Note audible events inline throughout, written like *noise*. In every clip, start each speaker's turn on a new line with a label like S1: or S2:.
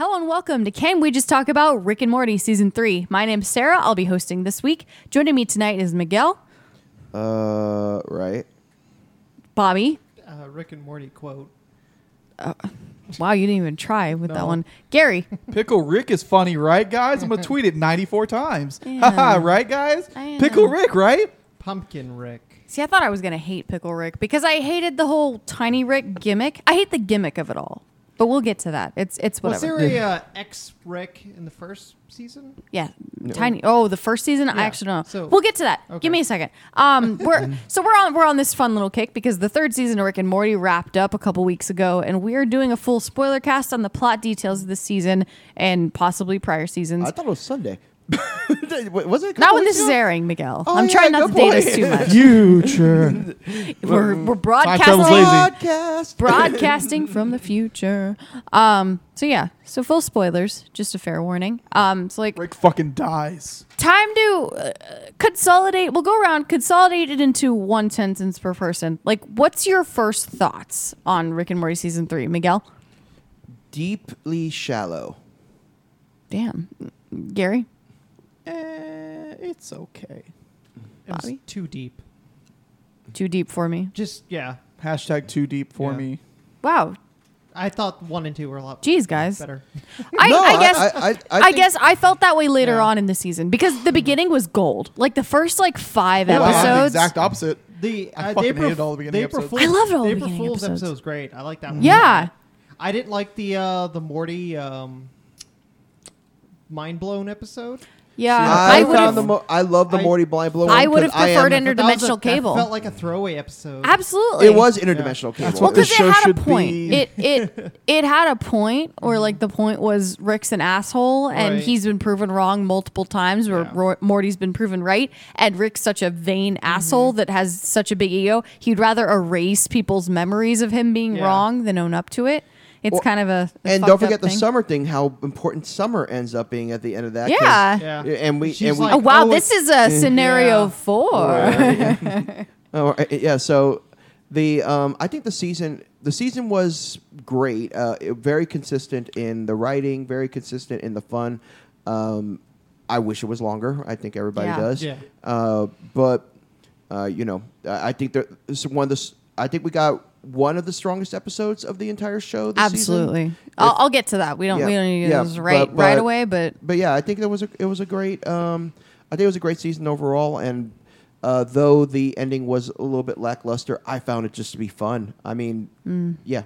S1: and welcome to Can We Just Talk About Rick and Morty Season 3. My name's Sarah. I'll be hosting this week. Joining me tonight is Miguel,
S2: Uh, right.
S1: Bobby.
S3: uh, Rick and Morty quote.
S1: Wow, you didn't even try with that
S3: No.
S1: one. Gary. *laughs*
S4: Pickle Rick is funny, right, guys?
S3: *laughs*
S4: I'm gonna tweet it 94 times.
S1: Yeah.
S4: *laughs* Haha, right, guys?
S1: I
S4: Pickle
S1: know.
S4: Rick, right?
S3: Pumpkin Rick.
S1: See, I thought I was going to hate Pickle Rick because I hated the whole Tiny Rick gimmick. I hate the gimmick of it all, but we'll get to that. It's, it's
S3: Was
S1: whatever. *laughs*
S3: there a uh, ex Rick in the first season?
S1: Yeah, tiny. Oh, the first season. I
S3: Yeah,
S1: actually don't know.
S3: so-
S1: we'll get to that.
S3: okay.
S1: Give me a second. Um, *laughs* we're so we're on we're on this fun little kick because the third season of Rick and Morty wrapped up a couple weeks ago, and we are doing a full spoiler cast on the plot details of this season and possibly prior seasons.
S2: I thought it was Sunday. *laughs* Wait, was it?
S1: not
S2: a couple
S1: when
S2: weeks
S1: this is
S2: ago?
S1: airing, Miguel.
S2: Oh,
S1: I'm
S2: yeah,
S1: trying not to
S2: good
S1: date us
S2: point. *laughs*
S1: too much.
S4: Future.
S1: we're we're
S4: Seinfeld's
S1: broadcasting
S4: lazy.
S2: Podcast.
S1: broadcasting from the future. Um, so yeah, so full spoilers, just a fair warning. Um, so like
S4: *laughs* Rick fucking dies.
S1: time to uh, consolidate. We'll go around consolidate it into one sentence per person. Like, what's your first thoughts on Rick and Morty season three, Miguel?
S2: Deeply shallow.
S1: Damn, Gary,
S4: Eh, it's okay.
S3: It was
S1: Bobby?
S3: too deep.
S1: too deep for me.
S3: Just yeah.
S4: Hashtag too deep for
S3: Yeah.
S4: me.
S1: Wow,
S3: I thought one and two were a lot
S1: Jeez, guys.
S3: better.
S1: I,
S2: No,
S1: I
S2: I-
S1: guess.
S2: I-
S1: I,
S2: I- I think-
S1: guess I felt that way later
S3: Yeah.
S1: on in the season because the beginning was gold. Like the first like five
S3: Yeah,
S4: Well, I have the
S1: episodes.
S4: exact opposite.
S3: The
S4: *laughs* I
S3: uh,
S4: fucking
S3: they
S4: hated all the beginning episodes.
S1: I loved all the beginning
S3: Fool's
S1: episodes.
S3: episode was great. I like that one.
S1: Yeah.
S3: I didn't like the uh, the Morty um, mind blown episode.
S1: yeah,
S2: I,
S1: I would
S2: found the
S1: have.
S2: mo- I love the
S3: I-
S2: Morty blind blow.
S1: I
S2: one
S1: would've
S2: 'cause I
S1: preferred
S2: am-
S1: inter-
S3: But that was a-
S1: Interdimensional
S3: that
S1: cable.
S3: felt like a throwaway episode.
S1: Absolutely,
S2: It was interdimensional cable.
S1: Well,
S4: what this
S1: because it
S4: show
S1: had a
S4: should
S1: point.
S4: be.
S1: It it it had a point, or like the point was Rick's an asshole, and
S3: Right.
S1: he's been proven wrong multiple times, where
S3: Yeah.
S1: Roy- Morty's been proven right, and Rick's such a vain asshole that has such a big ego. He'd rather erase people's memories of him being
S3: Yeah.
S1: wrong than own up to it. It's
S2: Well,
S1: kind of a, a
S2: and
S1: fucked up
S2: don't forget the
S1: thing.
S2: summer thing. How important summer ends up being at the end of that. 'cause-
S1: Yeah.
S3: Yeah.
S2: And we
S3: She's
S2: and we
S1: Oh
S3: like,
S1: wow,
S3: oh,
S1: this is a scenario
S3: Yeah.
S1: four.
S2: Oh uh, yeah, so the um, I think the season the season was great. Uh, it- very consistent in the writing, very consistent in the fun. Um, I wish it was longer. I think everybody
S1: Yeah.
S2: does.
S3: Yeah.
S2: Uh, but uh, you know, I I think there is one of the. s- I think we got one of the strongest episodes of the entire show. This season.
S1: Absolutely, I'll, I'll get to that. We don't
S2: Yeah.
S1: we don't need to
S2: Yeah.
S1: do this right
S2: But-
S1: right
S2: but-
S1: away, but
S2: But yeah, I think that was a it was a great um, I think it was a great season overall. And uh, though the ending was a little bit lackluster, I found it just to be fun. I mean,
S3: Mm.
S2: yeah,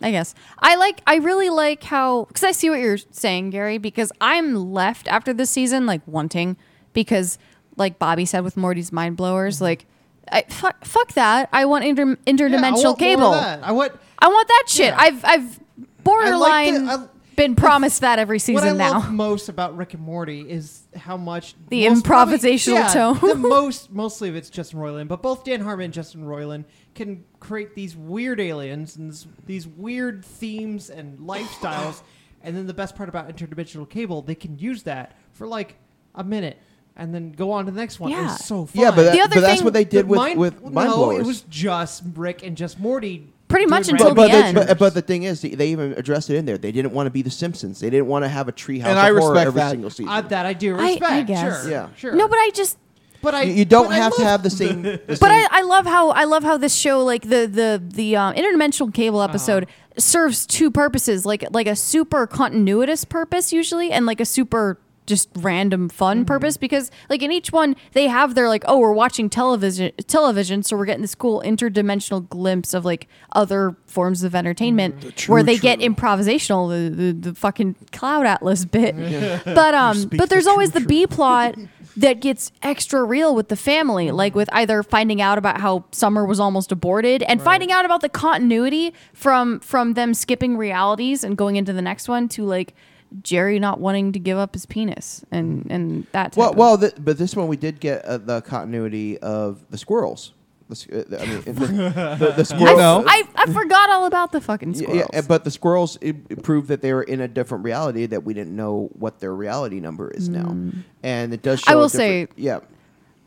S1: I guess I like. I really like how because I see what you're saying, Gary. Because I'm left after this season like wanting because, like Bobby said with Morty's mind blowers, like I fuck, fuck that. I want inter,
S3: Mm-hmm. Yeah, I
S1: interdimensional
S3: want more of
S1: cable.
S3: that. I want
S1: I want that shit.
S3: Yeah.
S1: I've I've borderline
S3: I- *laughs*
S1: been promised that every
S3: What I
S1: season now. *laughs*
S3: love most about Rick and Morty is how much
S1: The
S3: most-
S1: improvisational tone. *laughs*
S3: the most, mostly of it's Justin Roiland, but both Dan Harmon and Justin Roiland can create these weird aliens and this, these weird themes and
S1: *laughs*
S3: lifestyles. and then the best part about interdimensional cable, they can use that for like a minute and then go on to the next one. It
S1: Yeah.
S3: was so fun.
S2: yeah. But, that,
S1: The other
S2: but that's
S1: thing-
S2: what they did
S3: The
S2: with
S3: mind-
S2: with mind
S3: no,
S2: blowers.
S3: it was just Rick and just Morty.
S1: Pretty much
S3: doing
S1: until
S2: but,
S3: random
S1: the
S2: but, they,
S1: end.
S2: but, but the thing is, they, they even addressed it in there. They didn't want to be the Simpsons. They didn't want to have a treehouse
S4: And
S2: of
S4: I
S2: horror
S4: respect
S2: every
S4: that.
S2: single season.
S3: Uh, that I do
S1: I- I
S3: respect.
S1: guess.
S3: Sure,
S2: Yeah.
S3: sure.
S1: No, but I just
S3: but I
S2: you, you don't
S3: but I
S2: have to
S3: love
S2: have the same.
S3: *laughs*
S2: The
S1: But
S2: same-
S1: I, I love how I love how this show like the the the um, interdimensional cable
S4: Uh-huh.
S1: episode serves two purposes like like a super continuous purpose usually and like a super just random fun
S4: Mm-hmm.
S1: purpose because like in each one they have their like oh we're watching television television so we're getting this cool interdimensional glimpse of like other forms of entertainment
S4: Mm-hmm.
S1: where they get improvisational the, the, the fucking cloud atlas
S4: *laughs*
S1: bit but um
S4: speak
S1: but
S4: the
S1: there's always the
S4: truth.
S1: B
S2: *laughs*
S1: plot that gets extra real with the family,
S2: Mm-hmm.
S1: like with either finding out about how Summer was almost aborted and finding out about the continuity from from them skipping realities and going into the next one to like Jerry not wanting to give up his penis and and that. Type
S2: well,
S1: of-
S2: well, th- but this one we did get uh, the continuity of the squirrels. The, s- uh, I mean,
S4: *laughs*
S2: the, the, the
S1: I,
S2: squirrel.
S4: No.
S1: I, I forgot all about the fucking
S2: Yeah,
S1: squirrels.
S2: Yeah, but the squirrels it, it proved that they were in a different reality that we didn't know what their reality number is now, and it does.
S1: Mm. I
S2: Show a
S1: will
S2: different-
S1: say-
S2: yeah,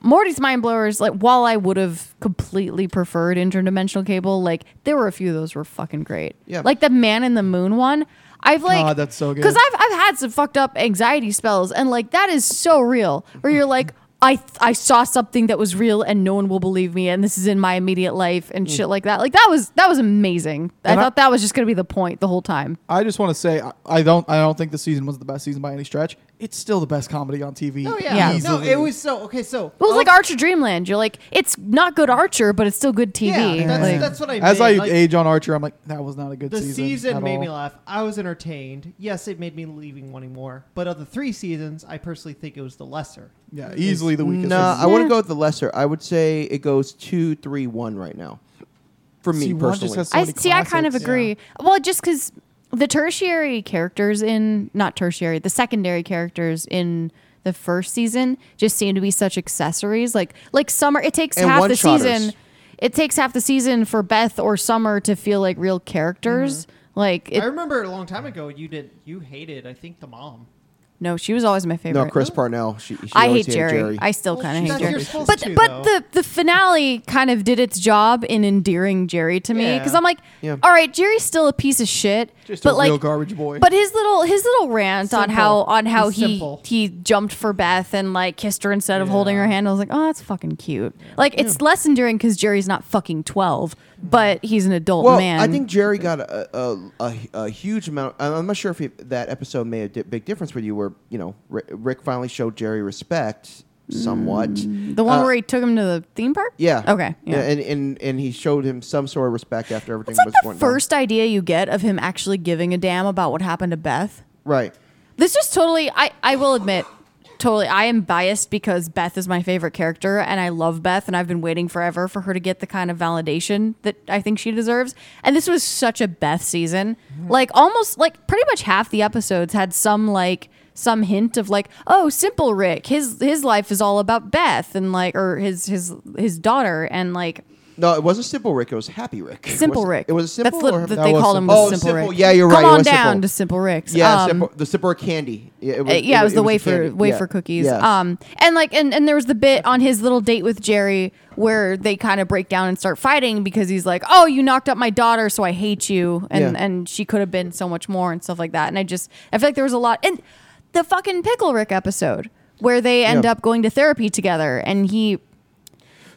S1: Morty's mind blowers. Like while I would have completely preferred interdimensional cable, like there were a few of those were fucking great.
S2: Yeah.
S1: Like the man in the moon one. I've like
S4: God, that's so good.
S1: Because I've I've had some fucked up anxiety spells, and like that is so real. Where you're like, I th- I saw something that was real, and no one will believe me, and this is in my immediate life, and shit like that. Like that was that was amazing.
S4: Mm. And
S1: I
S4: I-
S1: thought that was just gonna be the point the whole time.
S4: I just want to say I, I don't I don't think the season was the best season by any stretch. It's still the best comedy on TV.
S3: Oh
S1: Yeah.
S3: yeah. No,
S4: Easily.
S3: it was so okay. So
S1: It was
S3: of-
S1: like Archer Dreamland. You're like, it's not good Archer, but it's still good TV.
S3: Yeah, that's,
S1: Like-
S3: that's what I mean.
S4: As I
S3: like,
S4: age on Archer, I'm like that was not a good
S3: the
S4: season.
S3: season
S4: at
S3: made
S4: all.
S3: me laugh. I was entertained. Yes, it made me leaving wanting more. But of the three seasons, I personally think it was the lesser.
S4: Yeah, easily the weakest.
S2: No,
S4: season.
S2: I wouldn't go with the lesser. I would say it goes two, three, one right now. For me
S4: See, one just
S2: personally,
S4: has so
S1: I
S4: many
S1: see. I kind of
S4: classics.
S1: agree. Well, just because the tertiary characters in not tertiary, the secondary characters in the first season just seem to be such accessories. Like like summer, it takes
S2: And
S1: half the
S2: one-shotters.
S1: season. It takes half the season for Beth or Summer to feel like real characters. Like
S3: I
S1: it,
S3: remember a long time ago you did you hated I think the mom.
S1: no, she was always my favorite.
S2: no, Chris Parnell. She, she
S1: I
S2: always
S1: hate
S2: hated
S1: Jerry. I still
S3: Well,
S1: kind of hate
S3: that's your
S1: Jerry.
S3: supposed
S1: But
S3: to,
S1: but
S3: though.
S1: the the finale kind of did its job in endearing Jerry to me
S3: Yeah.
S1: because I'm like,
S2: Yeah.
S1: all right, Jerry's still a piece of shit,
S4: Just
S1: but
S4: a
S1: like
S4: real garbage boy.
S1: But his little his little rant on
S3: Simple.
S1: how on how
S3: He's
S1: he
S3: simple.
S1: he jumped for Beth and like kissed her instead of holding
S3: Yeah.
S1: her hand. I was like, oh, that's fucking cute. Like it's less endearing because Jerry's not fucking twelve, but he's an adult
S2: Mm-hmm. Well,
S1: man.
S2: I think Jerry got a, a, a, a huge amount. I'm I'm not sure if it, that episode made a di- big difference with you, where you know Ri- Rick finally showed Jerry respect somewhat.
S1: the one
S2: Uh,
S1: where he took him to the theme park.
S2: yeah,
S1: Okay. Yeah.
S2: and, and and he showed him some sort of respect after everything
S1: it's like
S2: was
S1: the
S2: going
S1: first idea you get of him actually giving a damn about what happened to Beth.
S2: on. right?
S1: This just totally I I will admit totally I am biased because Beth is my favorite character and I love Beth and I've been waiting forever for her to get the kind of validation that I think she deserves. And this was such a Beth season.
S2: Mm-hmm.
S1: Like almost like pretty much half the episodes had some like some hint of like oh simple Rick his his life is all about Beth and like or his his his daughter and like
S2: No, it wasn't simple Rick. It was happy Rick.
S1: Simple
S2: Was it-
S1: Rick.
S2: It was a simple.
S1: That's li-
S2: or-
S1: that
S4: That
S1: they
S4: was
S1: called him was
S2: Simple. Oh,
S1: simple,
S2: Simple.
S1: Rick.
S2: Yeah, you're right,
S1: Come
S2: it
S1: on
S2: was
S1: down
S2: Simple.
S1: to simple Rick.
S2: yeah,
S1: Um,
S2: simple, the simple candy. It was,
S1: Uh, yeah, it was the
S2: a
S1: wafer
S2: candy.
S1: wafer
S2: Yeah.
S1: cookies.
S2: Yeah.
S1: Um, and like and and there was the bit on his little date with Jerry where they kind of break down and start fighting because he's like, "Oh, you knocked up my daughter, so I hate you," and
S2: Yeah.
S1: and she could have been so much more and stuff like that. And I just I feel like there was a lot and the fucking pickle Rick episode where they end
S2: Yeah.
S1: up going to therapy together and he.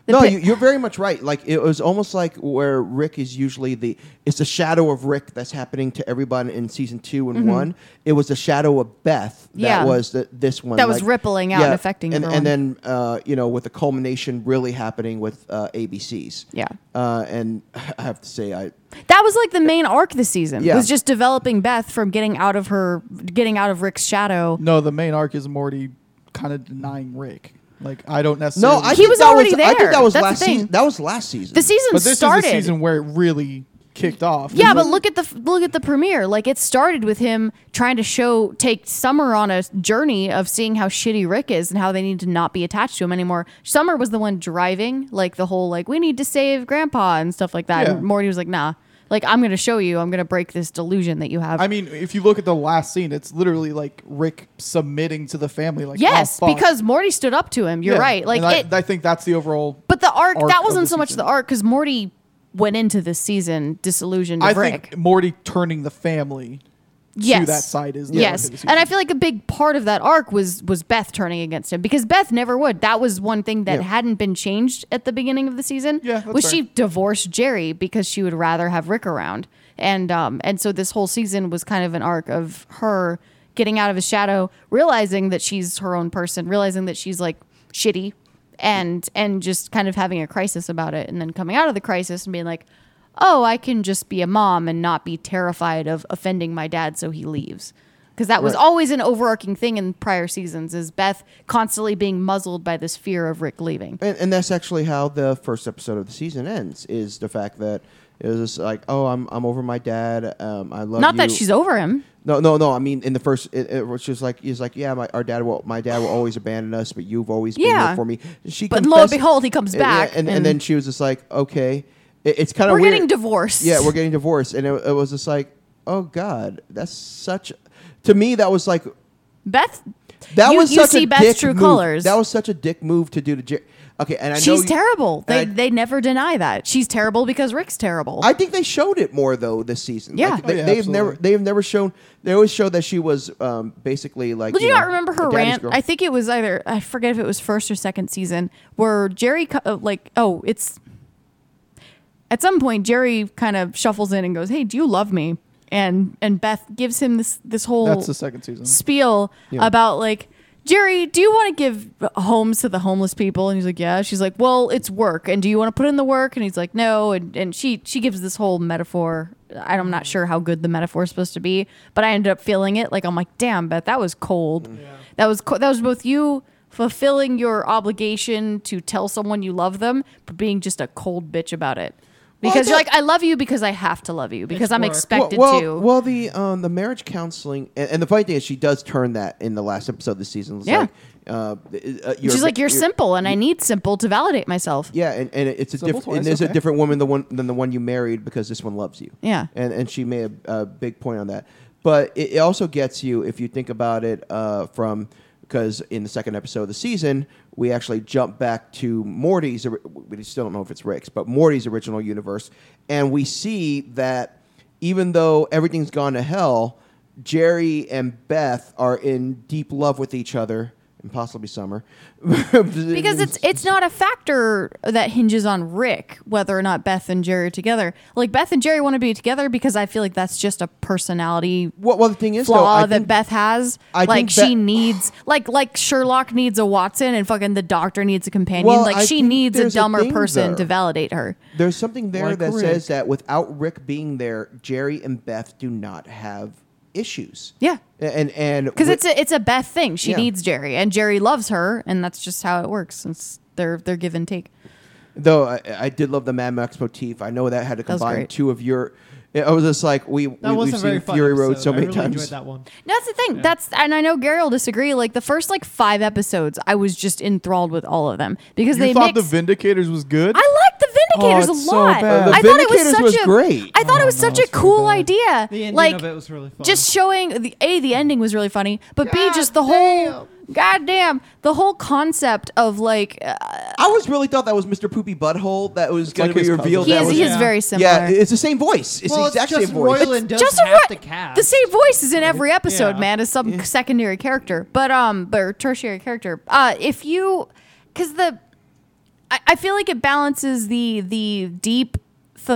S1: the
S2: no,
S1: pi-
S2: you, you're very much right. Like it was almost like where Rick is usually the it's a shadow of Rick that's happening to everybody in season two and one. It was the shadow of Beth that
S1: Mm-hmm. Yeah.
S2: was the, this one
S1: That was rippling out and affecting
S2: And,
S1: everyone.
S2: and then uh, you know with the culmination really happening with uh, ABCs.
S1: Yeah.
S2: uh, and *laughs* I have to say I
S1: That was like the main arc this season.
S2: Yeah.
S1: Was just developing Beth from getting out of her, getting out of Rick's shadow.
S4: No, the main arc is Morty kind of denying Rick. Like I don't necessarily.
S2: no I
S1: He
S2: think
S1: was
S2: that
S1: already
S2: was, I
S1: there.
S2: think that was
S1: That's the
S2: last
S1: thing.
S2: season. That was last season.
S1: The season
S4: but this
S1: started.
S4: is the season where it really kicked off.
S1: Yeah,
S4: And
S1: but look at the look at the premiere. Like it started with him trying to show take Summer on a journey of seeing how shitty Rick is and how they need to not be attached to him anymore. Summer was the one driving like the whole like we need to save Grandpa and stuff like that.
S4: Yeah.
S1: And Morty was like, nah. Like I'm gonna show you. I'm gonna break this delusion that you have.
S4: I mean, if you look at the last scene, it's literally like Rick submitting to the family. Like
S1: yes,
S4: "Oh, fuck."
S1: because Morty stood up to him. You're
S4: Yeah.
S1: right. Like
S4: And I,
S1: it,
S4: I think that's the overall.
S1: but the arc,
S4: arc
S1: that
S4: of
S1: wasn't
S4: the
S1: so much
S4: season.
S1: the arc because Morty went into this season disillusioned. Of
S4: I
S1: Rick.
S4: think Morty turning the family
S1: yes.
S4: to that side is the
S1: yes,
S4: arc of the
S1: and I
S4: season.
S1: feel like a big part of that arc was was Beth turning against him because Beth never would. That was one thing that
S2: Yeah.
S1: hadn't been changed at the beginning of the season.
S4: Yeah, that's
S1: was she
S4: fair.
S1: divorced Jerry because she would rather have Rick around, and um and so this whole season was kind of an arc of her getting out of his shadow, realizing that she's her own person, realizing that she's like shitty, and and just kind of having a crisis about it, and then coming out of the crisis and being like. Oh, I can just be a mom and not be terrified of offending my dad, so he leaves because that was
S2: Right.
S1: always an overarching thing in prior seasons is beth constantly being muzzled by this fear of rick leaving
S2: And, and that's actually how the first episode of the season ends is the fact that it was just like, oh, I'm, I'm over my dad. Um, I love
S1: not
S2: you.
S1: that she's over him
S2: No, no, no. I mean, in the first, it, it was just like he's like, yeah, my our dad will, my dad will always abandon us, but you've always been
S1: Yeah.
S2: here for me. She,
S1: But lo and
S2: confessed-
S1: behold, he comes
S2: Uh, yeah,
S1: back,
S2: and, and,
S1: and-
S2: then she was just like, okay, It- it's kind of
S1: we're
S2: weird.
S1: getting divorced
S2: Yeah, we're getting divorced, and it, it was just like, oh god, that's such. To me, that was like
S1: beth
S2: that
S1: you,
S2: was
S1: you
S2: such
S1: see
S2: a
S1: beth's
S2: dick
S1: true
S2: move.
S1: colors
S2: That was such a dick move to do to Jer- Okay, and I know
S1: She's
S2: you-
S1: terrible. They,
S2: and I-
S1: they never deny that. She's terrible because Rick's terrible.
S2: I think they showed it more though this season.
S1: Yeah.
S2: Like, they,
S4: Oh, yeah,
S2: they've never
S4: absolutely.
S2: they've never shown. They always showed that she was um, basically like.
S1: Would you
S2: know,
S1: not remember her
S2: a daddy's
S1: rant?
S2: girl.
S1: I think it was either I forget if it was first or second season where Jerry co- uh, like oh it's at some point Jerry kind of shuffles in and goes, "Hey, do you love me?" and and Beth gives him this this whole
S4: That's the second season.
S1: spiel
S2: Yeah.
S1: about like Jerry, do you want to give homes to the homeless people? And he's like, yeah. She's like, well, it's work, and do you want to put in the work? And he's like, no. And and she she gives this whole metaphor. I- I'm not sure how good the metaphor is supposed to be, but I ended up feeling it. Like I'm like, damn, Beth, that was cold. That was co- that was both you fulfilling your obligation to tell someone you love them, but being just a cold bitch about it.
S2: Well, I
S1: Because you're
S2: thought-
S1: like, I love you because I have to love you because
S3: It's
S1: I'm
S3: work.
S1: expected
S2: well, well,
S1: to.
S2: Well, the um, the marriage counseling and, and the funny thing is she does turn that in the last episode of the season. It's
S1: Yeah.
S2: like, uh, it- uh, you're,
S1: She's like, you're, simple, and I
S2: you-
S1: need simple to validate myself.
S2: Yeah, and, and it's a
S4: Simple
S2: different.
S4: twice,
S2: And there's a
S4: okay.
S2: different woman the one than the one you married because this one loves you.
S1: Yeah.
S2: and and she made a, a big point on that. But it, it also gets you if you think about it uh, from because in the second episode of the season we actually jump back to Morty's. ori- We still don't know if it's Rick's, but Morty's original universe, and we see that even though everything's gone to hell, Jerry and Beth are in deep love with each other. And possibly summer, *laughs*
S1: Because it's it's not a factor that hinges on Rick whether or not Beth and Jerry are together. Like Beth and Jerry want to be together because I feel like that's just a personality
S2: Well, well, the thing is, though,
S1: flaw
S2: I
S1: that
S2: think,
S1: Beth has.
S2: I
S1: like
S2: think
S1: she
S2: Beth-
S1: needs like like Sherlock needs a Watson and fucking the doctor needs a companion.
S2: Well,
S1: like
S2: I
S1: she
S2: think
S1: needs a
S2: there's a
S1: dumber
S2: thing
S1: person
S2: there.
S1: to validate her.
S2: there's something there
S4: Like
S2: that
S4: Rick.
S2: says that without Rick being there, Jerry and Beth do not have issues.
S1: Yeah.
S2: and and
S1: Because
S2: wi-
S1: it's a it's a Beth thing. She
S2: Yeah.
S1: needs Jerry and Jerry loves her and that's just how it works. It's they're they're give and take.
S2: though I, I did love the Mad Max motif. I know that had to
S1: was
S2: combine
S1: great.
S2: two of your. I was just like we, we
S3: That was
S2: we've
S3: a very
S2: seen
S3: fun
S2: Fury Road
S3: episode.
S2: so many
S3: I really
S2: times.
S3: enjoyed that one.
S1: No, that's the thing. That's and I know Gary will disagree. Like the first like five episodes, I was just enthralled with all of them because
S4: you
S1: they
S4: thought
S1: mix.
S4: the Vindicators was good?
S1: I liked the Vindicators
S4: Oh,
S1: a
S4: it's so
S1: lot.
S4: bad. The
S1: I thought it was
S2: Vindicators
S1: such
S2: was
S1: a
S2: great.
S1: I thought it was
S4: Oh,
S1: such
S4: no,
S1: a
S4: it's really
S1: cool
S4: bad.
S1: idea.
S3: The ending
S1: like
S3: of it was really fun.
S1: just showing the a the ending was really funny, but b just the whole goddamn the whole concept of like uh,
S2: I always really thought that was Mr. Poopy Butthole that was going
S4: like
S2: to
S4: his
S2: be
S4: cousin.
S2: revealed.
S1: he
S2: that
S1: is
S2: was,
S1: he is
S3: Yeah.
S1: very similar.
S2: yeah, it's the same voice. It's
S3: Well,
S2: the
S3: it's
S2: exact
S3: just
S2: same voice.
S3: Roiland does
S1: just
S3: have
S1: a,
S3: to
S1: the,
S3: cast.
S1: the same voice is in every episode,
S3: Yeah.
S1: man, is some secondary character, but um, but or tertiary character. Uh, if you, because the, I, I feel like it balances the the deep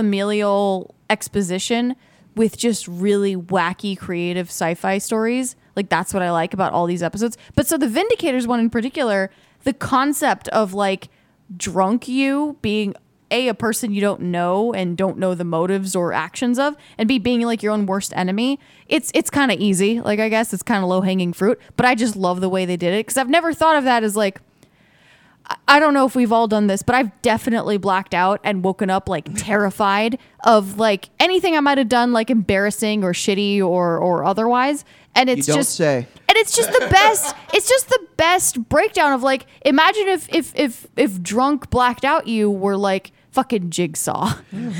S1: familial exposition with just really wacky creative sci-fi stories. Like that's what I like about all these episodes. But so the Vindicators one in particular, the concept of like drunk you being a a person you don't know and don't know the motives or actions of and b being like your own worst enemy it's it's kind of easy like i guess it's kind of low hanging fruit but i just love the way they did it because i've never thought of that as like I- I don't know if we've all done this, but I've definitely blacked out and woken up
S2: *laughs*
S1: like terrified of like anything I might have done, like embarrassing or shitty or or otherwise. And it's
S2: don't
S1: just
S2: say.
S1: and it's just
S2: *laughs*
S1: the best. It's just the best breakdown of like imagine if if if if drunk blacked out you were like fucking
S2: *laughs*
S1: jigsaw.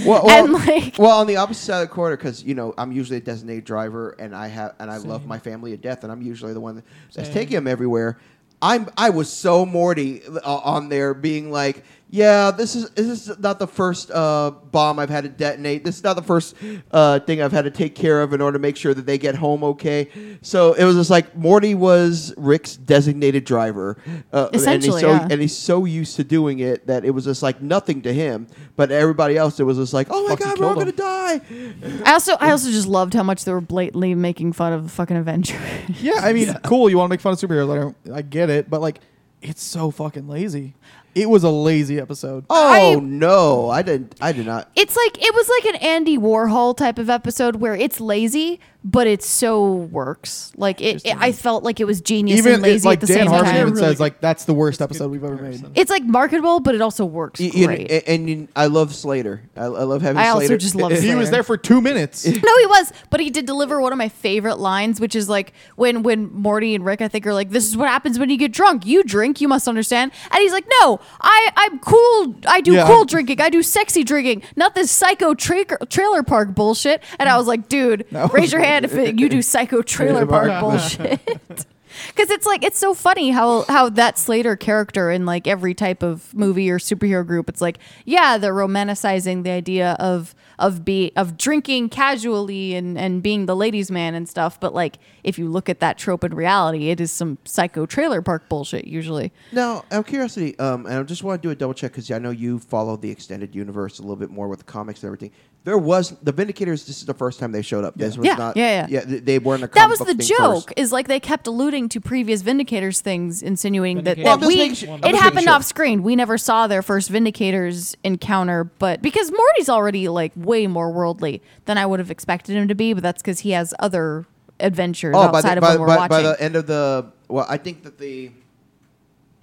S2: well, well,
S1: And, like-
S2: well, on the opposite side of the quarter, because you know I'm usually a designated driver, and I have and I love my family to death, and I'm usually the one that's taking them everywhere. I'm I was so Morty uh, on there, being like, yeah, this is this is not the first uh, bomb I've had to detonate. This is not the first uh, thing I've had to take care of in order to make sure that they get home okay. So it was just like Morty was Rick's designated driver, uh,
S1: Essentially,
S2: and he's so,
S1: yeah.
S2: and he's so used to doing it that it was just like nothing to him. But everybody else, it was just like, oh my
S4: Fucking
S2: god, we're all
S4: killed
S2: gonna die.
S1: I also I also just loved how much they were blatantly making fun of the fucking Avenger.
S4: yeah, I mean, cool. You want to make fun of superheroes? I, don't, I get it, but like, it's so fucking lazy. It was a lazy episode.
S2: Oh no, I didn't. I did not.
S1: It's like it was like an Andy Warhol type of episode where it's lazy, but it so works. Like it, it I felt like it was genius
S4: even
S1: and lazy
S4: like
S1: at the
S4: Dan
S1: same
S4: Harmon
S1: time.
S4: even
S3: Really
S4: says
S3: good-
S4: like that's the worst
S3: that's a good
S4: episode we've ever
S3: comparison.
S4: made.
S1: It's like marketable, but it also works
S4: E-
S2: You- you-
S1: great.
S2: and, and you- I love Slater. I, I love having.
S1: I also
S2: Slater.
S1: just love
S4: He
S1: Slater.
S4: was there for two
S1: *laughs*
S4: minutes.
S1: no, he was, but he did deliver one of my favorite lines, which is like when when Morty and Rick, I think, are like, "This is what happens when you get drunk. You drink, you must understand." And he's like, "No, I I'm cool. I do
S4: Yeah.
S1: cool drinking. I do sexy drinking, not this psycho tra- trailer park bullshit." And I was like, "Dude,
S4: That was
S1: raise your hand if it, you do psycho trailer
S4: Trailer
S1: park
S4: park
S1: bullshit." *laughs* Because it's like it's so funny how how that Slater character in like every type of movie or superhero group. It's like yeah, they're romanticizing the idea of of be of drinking casually and and being the ladies' man and stuff. But like if you look at that trope in reality, it is some psycho trailer park bullshit usually.
S2: Now, out of curiosity, um, and I just want to do a double check because I know you follow the extended universe a little bit more with the comics and everything. There was the Vindicators. This is the first time they showed up. This was
S1: Yeah,
S2: not.
S1: yeah, yeah.
S2: th- they weren't a.
S1: That
S2: comic
S1: was
S2: book
S1: the
S2: thing
S1: joke.
S2: first.
S1: Is like they kept alluding to previous Vindicators things, insinuating that, that
S3: Vindicators.
S2: Well, I'm just
S1: we
S2: making sure- I'm just
S1: it
S2: making
S1: happened
S2: sure.
S1: off screen. We never saw their first Vindicators encounter, but because Morty's already like way more worldly than I would have expected him to be, but that's because he has other adventures
S2: Oh, by
S1: outside
S2: the,
S1: of
S2: by,
S1: when we're
S2: by,
S1: watching.
S2: by the end of the. Well, I think that the.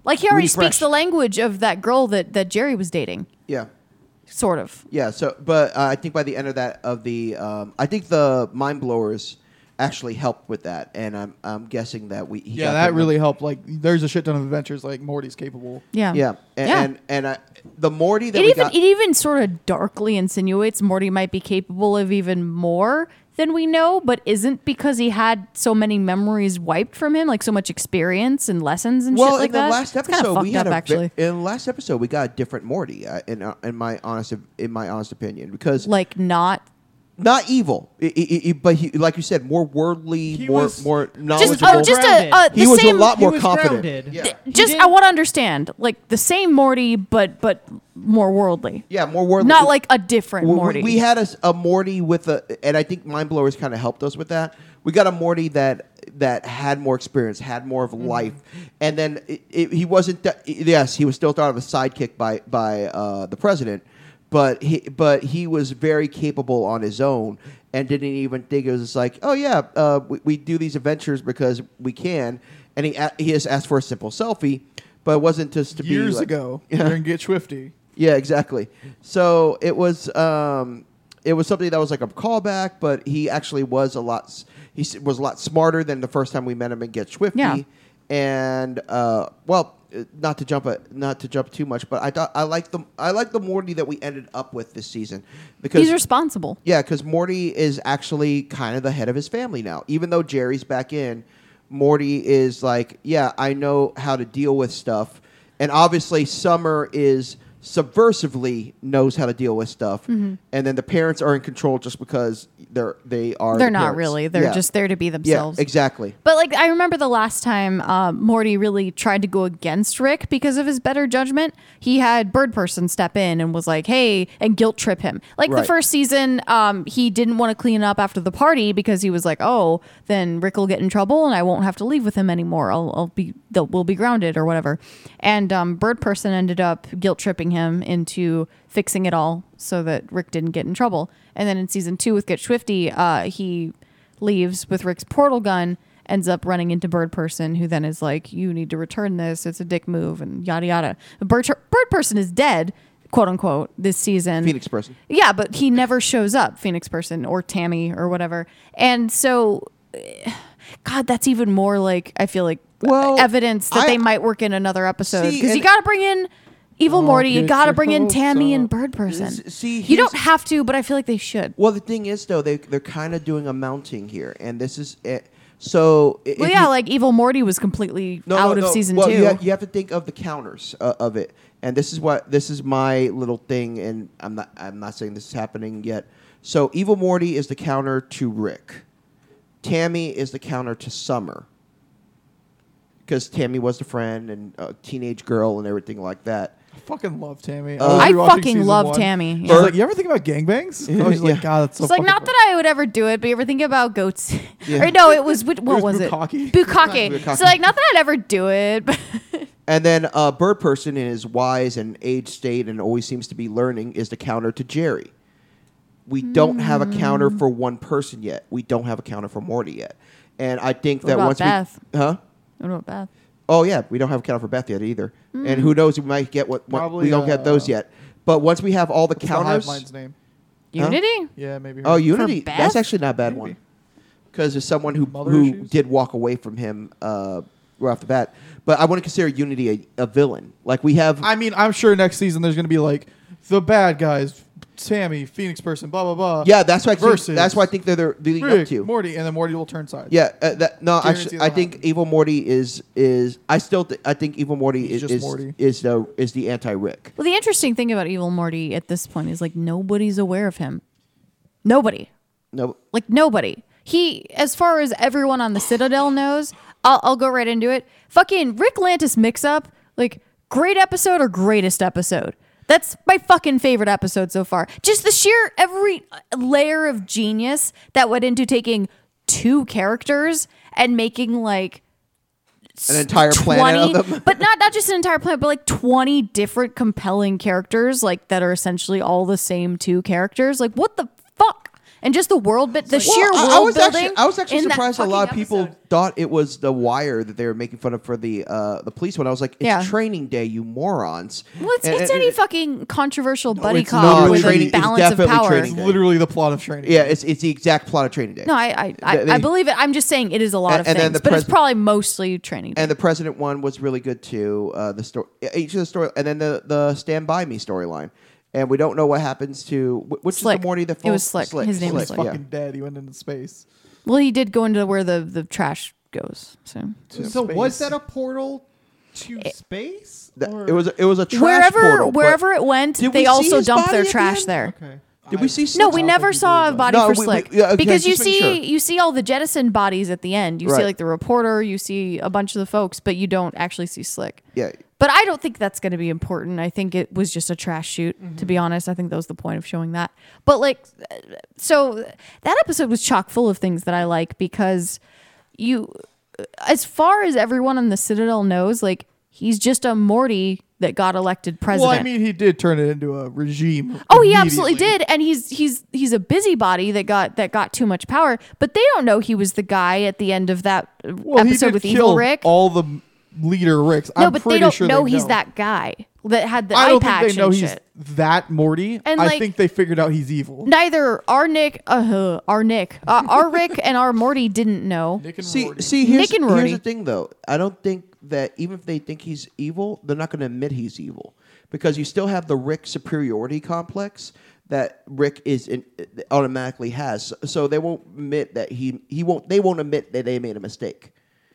S1: like he already
S2: Refresh.
S1: speaks the language of that girl that that Jerry was dating,
S2: Yeah.
S1: sort of.
S2: Yeah. So, but uh, I think by the end of that, of the, um, I think the mind blowers actually helped with that, and I'm, I'm guessing that we. he
S4: Yeah,
S2: got
S4: that
S2: the-
S4: really helped. Like, there's a shit ton of adventures like Morty's capable.
S1: Yeah.
S2: Yeah, and
S1: Yeah.
S2: and, and I, the Morty that
S1: it
S2: we
S1: even
S2: got.
S1: it even sort of darkly insinuates Morty might be capable of even more than we know, but isn't because he had so many memories wiped from him, like so much experience and lessons and
S2: well,
S1: shit like
S2: in the
S1: that.
S2: last
S1: It's kinda
S2: episode, we
S1: fucked
S2: had
S1: up,
S2: a
S1: actually.
S2: ve- in the last episode we got a different Morty. Uh, in uh, in my honest in my honest opinion, because
S1: like not
S2: not evil, I- I- I- but he, like you said, more worldly,
S3: He
S2: more
S3: was-
S2: more knowledgeable.
S1: just oh, just a,
S3: grounded.
S1: uh, the
S2: he was
S1: same.
S2: a lot
S3: He
S2: more
S3: was
S2: confident.
S3: grounded.
S2: Yeah.
S1: th-
S3: He
S1: just I
S3: didn't-
S1: want to understand, like the same Morty, but but more worldly,
S2: yeah, more worldly.
S1: not like a different
S2: we, we-
S1: Morty.
S2: We had a, s- a Morty with a, and I think Mind Blowers kind of helped us with that. We got a Morty that that had more experience, had more
S4: Mm-hmm.
S2: of life, and then it, it, he wasn't. Th- yes, he was still thought of a sidekick by by uh, the president, but he but he was very capable on his own and didn't even think it was just like, oh yeah, uh, we, we do these adventures because we can. And he a- he just asked for a simple selfie, but it wasn't just to be
S4: Years
S2: like-
S4: ago,
S2: *laughs* Yeah.
S4: during Get Swifty.
S2: Yeah, exactly. So it was um, it was something that was like a callback, but he actually was a lot s- he s- was a lot smarter than the first time we met him in Get Swifty.
S1: Yeah.
S2: And uh, well, uh, not to jump a, not to jump too much, but I thought I like the I like the Morty that we ended up with this season because
S1: He's responsible.
S2: yeah, because Morty is actually kind of the head of his family now. Even though Jerry's back in, Morty is like, yeah, I know how to deal with stuff. And obviously, Summer is subversively knows how to deal with stuff.
S1: Mm-hmm.
S2: And then the parents are in control just because they're they are.
S1: They're
S2: the
S1: not
S2: parents.
S1: really. They're
S2: Yeah.
S1: just there to be
S2: yeah,
S1: themselves. Mm-hmm.
S2: exactly.
S1: But like I remember the last time uh, Morty really tried to go against Rick because of his better judgment. He had Bird Person step in and was like, "Hey," and guilt trip him. Like
S2: Right.
S1: the first season, um, he didn't want to clean up after the party because he was like, "Oh, then Rick will get in trouble and I won't have to leave with him anymore. I'll, I'll be they'll, we'll be grounded or whatever." And um, Bird Person ended up guilt tripping him into fixing it all so that Rick didn't get in trouble. And then in season two with Get Swifty, uh, he leaves with Rick's portal gun, ends up running into Bird Person, who then is like, "You need to return this. It's a dick move," and yada yada. Bird Bird Person is dead, quote unquote, this season.
S2: Phoenix person.
S1: Yeah, but he never shows up, Phoenix Person or Tammy or whatever. And so, eh, God, that's even more like I feel like uh,
S2: Well,
S1: evidence that
S2: I-
S1: they might work in another episode
S2: See,
S1: because you
S2: and-
S1: got to bring in. Evil
S4: Oh,
S1: Morty, you
S4: get
S1: gotta
S4: your
S1: bring in
S4: hopes
S1: Tammy and
S4: up.
S1: Bird Person.
S2: S- see,
S1: you don't
S2: here's-
S1: have to, but I feel like they should.
S2: Well, the thing is, though, they, they're kind of doing a mounting here. And this is. It. So. i-
S1: Well,
S2: if
S1: yeah,
S2: you-
S1: like Evil Morty was completely
S2: No,
S1: out of
S2: no, no.
S1: season
S2: well,
S1: two.
S2: You have, you have to think of the counters uh, of it, and this is what this is my little thing, and I'm not I'm not saying this is happening yet. So Evil Morty is the counter to Rick. Tammy is the counter to Summer. Because Tammy was the friend and a teenage girl and everything like that.
S4: I fucking love Tammy.
S2: Uh,
S4: was
S1: I
S4: rewatching
S1: fucking
S4: season
S1: love
S4: one.
S1: Tammy,
S4: She's
S1: yeah.
S4: like, you ever think about gangbangs? I was just
S2: Yeah.
S4: like, God, that's so
S1: it's like
S4: fucking
S1: not
S4: fun."
S1: that I would ever do it, but you ever think about goats? *laughs*
S2: Yeah.
S1: or no, it was what what
S4: was
S1: was,
S4: Bukkake.
S1: it? Bukake.
S2: Bukkake.
S1: So like not that I'd ever do it, but *laughs*
S2: And then uh, Bird Person in his wise and age state and always seems to be learning is the counter to Jerry. We don't have a counter
S1: Hmm.
S2: for one person yet. We don't have a counter for Morty yet. And I think
S1: What
S2: that
S1: about
S2: once
S1: Beth?
S2: we huh?
S1: what about Beth?
S2: Oh yeah, we don't have a counter for Beth yet either. And
S1: Hmm.
S2: who knows? We might get what, what-
S4: Probably,
S2: we don't get
S4: uh,
S2: those yet. But once we have all the
S4: What's the hive
S2: counters,
S4: mind's name.
S2: Huh?
S1: Unity?
S4: Yeah, maybe.
S2: oh
S4: her.
S2: Unity,
S1: Beth?
S2: that's actually not a bad one
S4: Maybe.
S2: because there's someone who
S4: Mother
S2: who
S4: issues?
S2: did walk away from him uh, right off the bat. But I wouldn't consider Unity a, a villain. Like we have
S4: I mean, I'm sure next season there's going to be like the bad guys Tammy, Phoenix person, blah blah blah.
S2: Yeah, that's why. I think,
S4: Versus-
S2: that's why I think they're, they're leading
S4: Rick,
S2: up to.
S4: Morty, and then Morty will turn sides.
S2: Yeah, uh, that, no, I,
S4: Guarantee
S2: sh-
S4: that'll
S2: I think
S4: happen.
S2: Evil Morty is is I still th- I think Evil Morty
S4: He's
S2: is
S4: just
S2: is,
S4: Morty.
S2: is the is the anti Rick.
S1: Well, the interesting thing about Evil Morty at this point is like nobody's aware of him. Nobody.
S2: No,
S1: Like nobody. He, as far as everyone on the Citadel knows, I'll, I'll go right into it. Fucking Rick Lantis mix up, like great episode or greatest episode. That's my fucking favorite episode so far. Just the sheer every layer of genius that went into taking two characters and making like
S2: an entire planet of them.
S1: *laughs* but not not just an entire planet, but like twenty different compelling characters, like that are essentially all the same two characters. Like what the fuck? And just the world, but the sheer
S2: Well,
S1: world
S2: I, I was
S1: building.
S2: actually I was actually
S1: in that
S2: surprised a lot of
S1: fucking
S2: people
S1: episode.
S2: thought it was the Wire that they were making fun of for the uh, the police one. I was like, it's
S1: Yeah.
S2: training day, you morons.
S1: Well, it's,
S2: And-
S1: it's
S2: and-
S1: any fucking controversial buddy
S4: it's
S1: cop
S4: not.
S1: with
S4: Training-
S1: a
S4: it's
S1: balance of
S2: definitely
S1: power.
S2: training.
S4: It's literally the plot of Training.
S2: yeah, it's it's the exact plot of Training Day.
S1: No, I I, I,
S2: They-
S1: I believe it. I'm just saying it is a lot
S2: And-
S1: of
S2: and
S1: things,
S2: then the
S1: but it's
S2: pres-
S1: probably mostly training.
S2: and the president one was really good too. Uh, the story, each of the story, and then the the Stand By Me storyline. And we don't know what happens to wh- which is
S1: Slick.
S2: the Morty that
S1: It
S2: falls.
S1: was Slick. His name was
S4: He's
S1: It's
S2: yeah.
S4: fucking dead. He went into space.
S1: well, he did go into where the the trash goes. So
S3: So was
S4: space.
S3: that a portal to space?
S2: That-
S3: Or-
S2: it was a- it was a trash
S1: wherever
S2: portal, but-
S1: wherever it went,
S2: Did we
S1: they
S2: see
S1: also
S2: his
S1: dumped
S2: body
S1: their
S2: at the
S1: trash
S2: end?
S1: there.
S3: okay.
S2: did we see
S1: No,
S2: Slick?
S1: we
S4: don't
S1: never
S4: think he
S1: saw a
S4: did, though.
S1: body
S2: No,
S1: for
S2: we- we-
S1: Slick
S2: yeah, okay,
S1: because you
S2: just make
S1: see
S2: sure.
S1: you see all the Jettison bodies at the end. You see
S2: Right.
S1: like the reporter, you see a bunch of the folks, but you don't actually see Slick.
S2: yeah,
S1: But I don't think that's going to be important. I think it was just a trash shoot, to
S4: Mm-hmm.
S1: be honest. I think that was the point of showing that. But like, uh, so that episode was chock full of things that I like because you, as far as everyone on the Citadel knows, like he's just a Morty that got elected
S4: Well,
S1: president.
S4: I mean, he did turn it into a regime.
S1: Oh, he absolutely
S4: immediately.
S1: did, and he's he's he's a busybody that got that got too much power. But they don't know he was the guy at the end of that uh,
S4: Well, he
S1: episode
S4: did
S1: with
S4: kill
S1: Evil Rick.
S4: all the leader Ricks.
S1: no,
S4: I'm
S1: but
S4: pretty
S1: they don't
S4: sure
S1: know
S4: they
S1: he's
S4: know.
S1: that guy that had the
S4: I
S1: eye
S4: don't
S1: patch
S4: think they know
S1: and
S4: he's
S1: shit.
S4: that Morty.
S1: And,
S4: I
S1: like-
S4: think they figured out he's evil.
S1: Neither our Nick, uh, huh, our Nick, uh, our Rick, and our Morty didn't know.
S4: Nick and
S2: See,
S4: Morty.
S2: see, here's,
S1: Nick and
S2: here's
S1: Morty.
S2: the thing, though. I don't think that even if they think he's evil, they're not going to admit he's evil because you still have the Rick superiority complex that Rick is in, automatically has. So they won't admit that he he won't they won't admit that they made a mistake.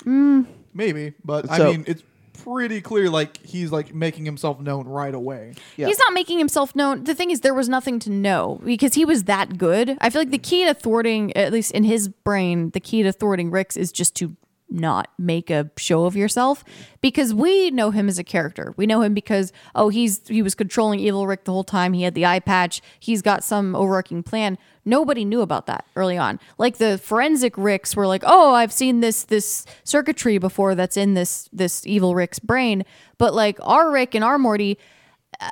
S4: Maybe, but I
S2: So-
S4: mean, it's pretty clear. Like he's like making himself known right away.
S2: Yeah.
S1: He's not making himself known. The thing is, there was nothing to know because he was that good. I feel like the key to thwarting, at least in his brain, the key to thwarting Rick's is just to not make a show of yourself because we know him as a character. We know him because oh, he's he was controlling evil Rick the whole time. He had the eye patch. He's got some overarching plan. Nobody knew about that early on. Like the forensic Ricks were like, "Oh, I've seen this this circuitry before that's in this this evil Rick's brain." But like our Rick and our Morty,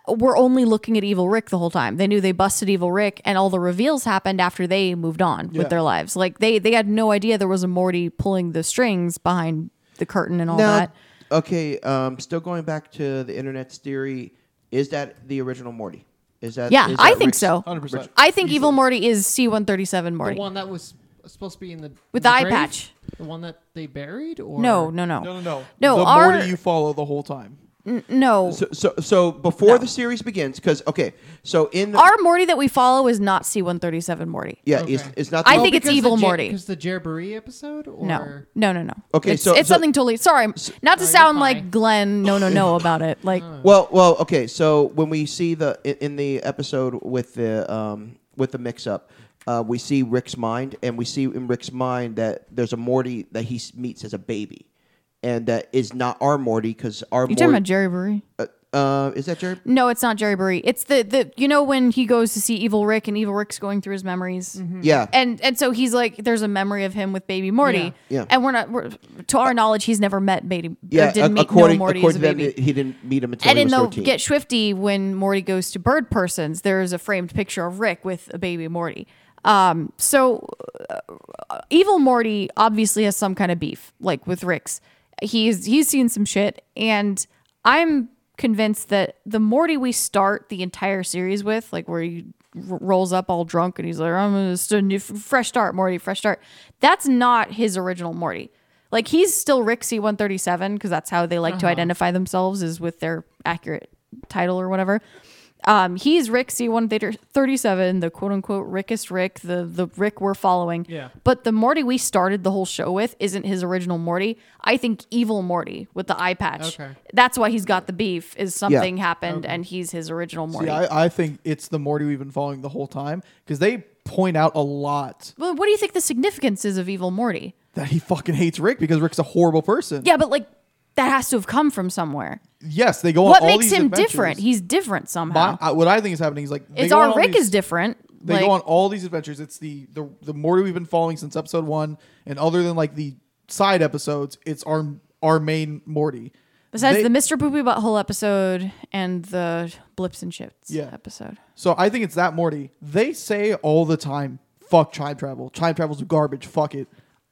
S1: were only looking at Evil Rick the whole time. They knew they busted Evil Rick, and all the reveals happened after they moved on
S4: Yeah.
S1: with their lives. Like they they had no idea there was a Morty pulling the strings behind the curtain and all that.
S2: okay, um, still going back to the internet's theory, is that the original Morty? Is that
S1: Yeah,
S2: is
S1: I
S2: that
S1: think
S2: Rick's-
S1: so.
S4: Hundred percent.
S1: I think Evil Morty is C one thirty seven
S3: The
S1: Morty.
S3: one that was supposed to be in the
S1: With
S3: the
S1: the eye
S3: grave?
S1: patch.
S3: The one that they buried, or
S1: No, no,
S4: No,
S1: no,
S4: no, no.
S1: No,
S4: the
S1: our-
S4: Morty you follow the whole time.
S1: no.
S2: So, so, so before
S1: No.
S2: the series begins, because okay, so in the,
S1: Our Morty that we follow is not C one thirty seven Morty.
S2: yeah,
S3: Okay.
S2: it's, it's not.
S1: I
S2: the-
S1: think it's Evil Morty.
S3: Oh, because the Jerbury episode. Or
S1: No, no, no, no.
S2: Okay,
S1: it's,
S2: so-
S1: it's
S2: so-
S1: something totally. Sorry, not to
S3: you're
S1: sound
S3: fine. Uh,
S1: like Glenn. No, no,
S2: *laughs*
S1: no about it. Like
S2: Well, well, okay. So when we see the in, in the episode with the um, with the mix up, uh, we see Rick's mind, and we see in Rick's mind that there's a Morty that he s- meets as a baby, and that is not our Morty because our
S1: you're talking about
S2: Morty
S1: Jerry Bury.
S2: uh, uh, is that Jerry.
S1: No, it's not Jerry Bury. It's the the you know when he goes to see Evil Rick and Evil Rick's going through his memories.
S2: Yeah,
S1: And and so he's like, there's a memory of him with Baby Morty.
S2: Yeah. Yeah.
S1: And we're not, we're, to our knowledge, he's never met Baby.
S2: yeah.
S1: Yeah. Didn't
S2: a-
S1: meet
S2: according
S1: no Morty
S2: according
S1: as
S2: to
S1: a
S2: them,
S1: baby.
S2: he- he didn't meet him until
S1: and
S2: he
S1: in
S2: was
S1: the
S2: thirteen.
S1: Get Swifty, when Morty goes to Bird Persons, there's a framed picture of Rick with a baby Morty. Um, so uh, evil Morty obviously has some kind of beef, like with Rick's. He's he's seen some shit, and I'm convinced that the Morty we start the entire series with, like where he r- rolls up all drunk and he's like, "I'm gonna st- new- fresh start, Morty, fresh start." That's not his original Morty. Like he's still Rick C137 because that's how they like to identify themselves is with their accurate title or whatever. Um, he's Rick C1 37, the quote unquote Rickest Rick, the the Rick we're following.
S3: Yeah.
S1: But the Morty we started the whole show with isn't his original Morty. I think evil Morty with the eye patch.
S3: Okay.
S1: That's why he's got the beef. Is something happened and he's his original Morty.
S4: See, I, I think it's the Morty we've been following the whole time because they point out a lot
S1: well, what do you think the significance is of evil Morty?
S4: that he fucking hates Rick because Rick's a horrible person.
S1: Yeah, but like that has to have come from somewhere.
S4: Yes, they go on
S1: what
S4: all
S1: makes
S4: these
S1: him
S4: adventures.
S1: different? He's different somehow.
S4: My, I, what I think is happening is like they
S1: it's
S4: go on
S1: our
S4: all
S1: Rick
S4: these-
S1: is different.
S4: They
S1: like,
S4: go on all these adventures. It's the the the Morty we've been following since episode one, and other than like the side episodes, it's our our main Morty.
S1: Besides
S4: They-
S1: the Mr. Poopy Butthole episode and the Blips and Shifts
S4: Yeah.
S1: episode.
S4: So I think it's that Morty. They say all the time, "Fuck time travel. Time travel's garbage. Fuck it."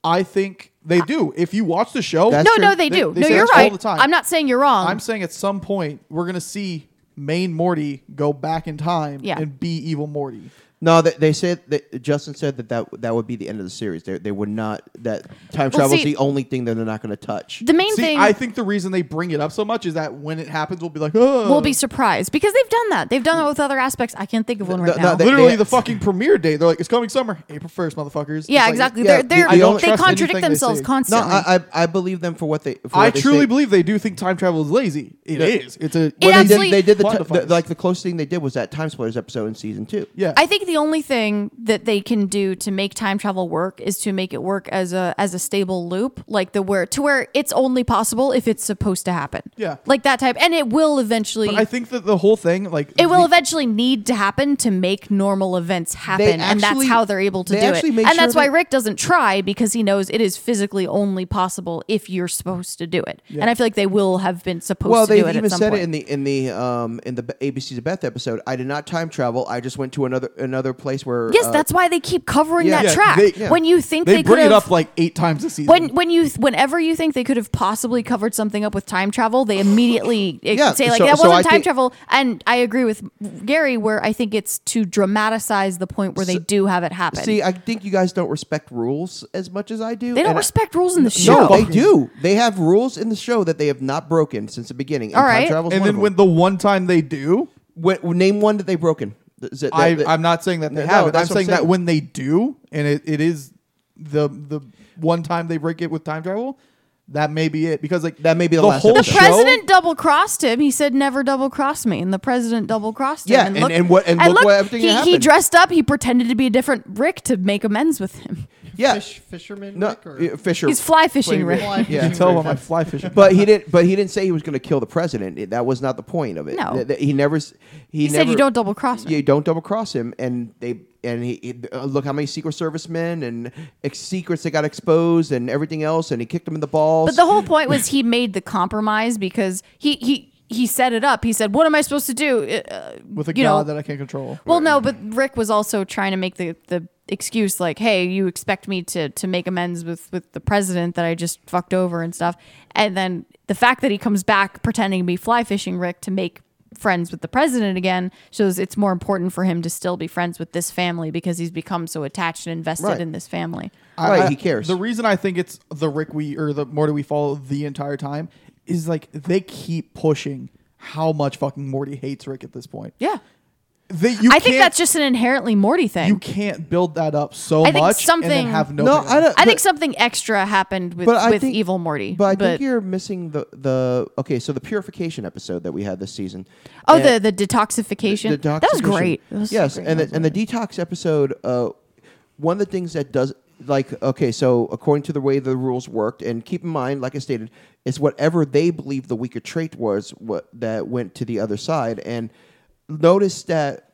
S4: I think they do. If you watch the show,
S2: That's-
S1: no,
S2: true.
S1: no, they
S4: They-
S1: do.
S4: they
S1: no,
S4: say
S1: you're
S4: this all
S1: right.
S4: the time.
S1: I'm not saying you're wrong.
S4: I'm saying at some point we're gonna see main Morty go back in time
S1: Yeah.
S4: and be evil Morty.
S2: No, they, they said that Justin said that, that that would be the end of the series. They, they would not that time travel is
S1: see-
S2: the only thing that they're not going to touch.
S1: the main
S4: See,
S1: thing
S4: I think the reason they bring it up so much is that when it happens, we'll be like, oh.
S1: we'll be surprised because they've done that. They've done that with other aspects. I can't think of one
S2: The-
S1: right
S2: the-
S1: now.
S2: the-
S4: literally
S2: they-
S4: the fucking premiere day. They're like, it's coming summer, April first, motherfuckers.
S1: yeah,
S4: It's like-
S1: exactly.
S2: yeah,
S1: they're,
S2: I
S1: they're,
S2: don't
S1: they
S4: trust
S1: contradict
S4: anything they
S1: themselves
S4: say. No,
S2: No,
S1: constantly.
S2: I, I I believe them for what they. For
S4: I
S2: what they
S4: truly
S2: say.
S4: believe they do think time travel is lazy. It
S2: Yeah.
S4: is. It's a.
S1: It
S4: when
S2: They
S4: they
S2: did,
S1: Actually-
S2: they did the,
S4: Quantifies.
S2: ti- the- like the closest thing they did was that time splitters episode in season two.
S4: yeah.
S1: I think the only thing that they can do to make time travel work is to make it work as a as a stable loop, like the where to where it's only possible if it's supposed to happen.
S4: Yeah.
S1: like that type, and it will eventually.
S4: But I think that the whole thing, like,
S1: it will
S4: the-
S1: eventually need to happen to make normal events happen, and that's
S2: actually-
S1: how they're able to
S2: they
S1: do it.
S2: actually
S1: And
S2: make sure
S1: that's why
S2: that-
S1: Rick doesn't try because he knows it is physically only possible if you're supposed to do it. And I feel like they will have been supposed
S2: Well,
S1: to
S2: they
S1: do it
S2: even
S1: at some
S2: said
S1: point.
S2: it in the in the um in the ABC's of Beth episode. I did not time travel. I just went to another another place where.
S1: yes,
S2: uh,
S1: that's why they keep covering
S2: Yeah.
S1: that
S4: Yeah,
S1: track.
S4: they- yeah.
S1: When you think
S4: they,
S1: they, could
S4: bring it
S1: have
S4: up like eight times a season.
S1: when when you whenever you think they could have possibly covered something up with time travel, they
S2: *coughs*
S1: immediately
S2: Yeah,
S1: say like
S2: so-
S1: that
S2: so
S1: wasn't
S2: I
S1: time
S2: think-
S1: travel. And I agree with Gary where I think it's to dramatize the point where they do have it happen.
S2: See, I think you guys don't respect rules as much as I do.
S1: they don't
S2: and I-
S1: respect rules in the show.
S2: No, they do. They have rules in the show that they have not broken since the beginning. And
S1: All
S2: time
S1: right.
S2: travel's
S4: and
S2: one
S4: then
S2: of
S4: when
S2: them.
S4: the one time they do,
S2: When- name one that they've broken. Is it-
S4: I,
S2: that-
S4: I'm not saying that they
S2: No,
S4: haven't. I'm
S2: that's what
S4: saying, that
S2: saying.
S4: when they do, and it, it is the the one time they break it with time travel, that may be it because like
S2: That may be the last
S4: whole
S1: The
S2: episode.
S4: show-
S1: president double crossed him. He said, "Never double cross me," and the president double crossed him.
S2: Yeah, and- and what- and look what everything
S1: he,
S2: that
S1: he
S2: happened.
S1: dressed up. He pretended to be a different Rick to make amends with him.
S2: yeah,
S3: Fish, fisherman
S2: no,
S3: Rick or
S2: uh, Fisher.
S1: He's fly fishing Rick.
S2: Yeah.
S3: Fly
S4: You
S3: fishing
S4: can tell
S3: Rick.
S4: by my fly fishing.
S2: but he didn't. But he didn't say he was going to kill the president. It- that was not the point of it.
S1: No.
S2: Th- th- he never. s- He,
S1: He said,
S2: never-
S1: "You don't double cross me."
S2: You don't double cross him, and they and he, he- uh, look how many Secret Servicemen and ex- secrets that got exposed and everything else, and he kicked him in the balls.
S1: But the whole point was he made the compromise because he he he set it up. He said, "What am I supposed to do?" Uh,
S4: with a
S1: you
S4: god
S1: know-
S4: that I can't control.
S1: well, no, but Rick was also trying to make the the excuse like, "Hey, you expect me to to make amends with with the president that I just fucked over and stuff," and then the fact that he comes back pretending to be fly fishing Rick to make friends with the president again shows it's more important for him to still be friends with this family because he's become so attached and invested
S2: Right.
S1: in this family.
S2: Right, he cares.
S4: The reason I think it's the Rick we or the Morty we follow the entire time is like they keep pushing how much fucking Morty hates Rick at this point.
S1: Yeah.
S4: They, you
S1: I think
S4: can't-
S1: that's just an inherently Morty thing.
S4: you can't build that up so
S1: I think
S4: much and
S1: something-
S4: then have no.
S2: no,
S4: payoff.
S2: I don't.
S1: I think
S2: but-
S1: something extra happened with, with Evil Morty.
S2: But I think you're missing the the okay. So the purification episode that we had this season.
S1: oh,
S2: and-
S1: the the detoxification.
S2: The
S1: That was
S2: detoxification.
S1: great. That was so
S2: yes,
S1: great.
S2: and
S1: That
S2: the,
S1: was
S2: and the detox episode. Uh, one of the things that does like okay, so according to the way the rules worked, and keep in mind, like I stated, it's whatever they believe the weaker trait was what that went to the other side, and notice that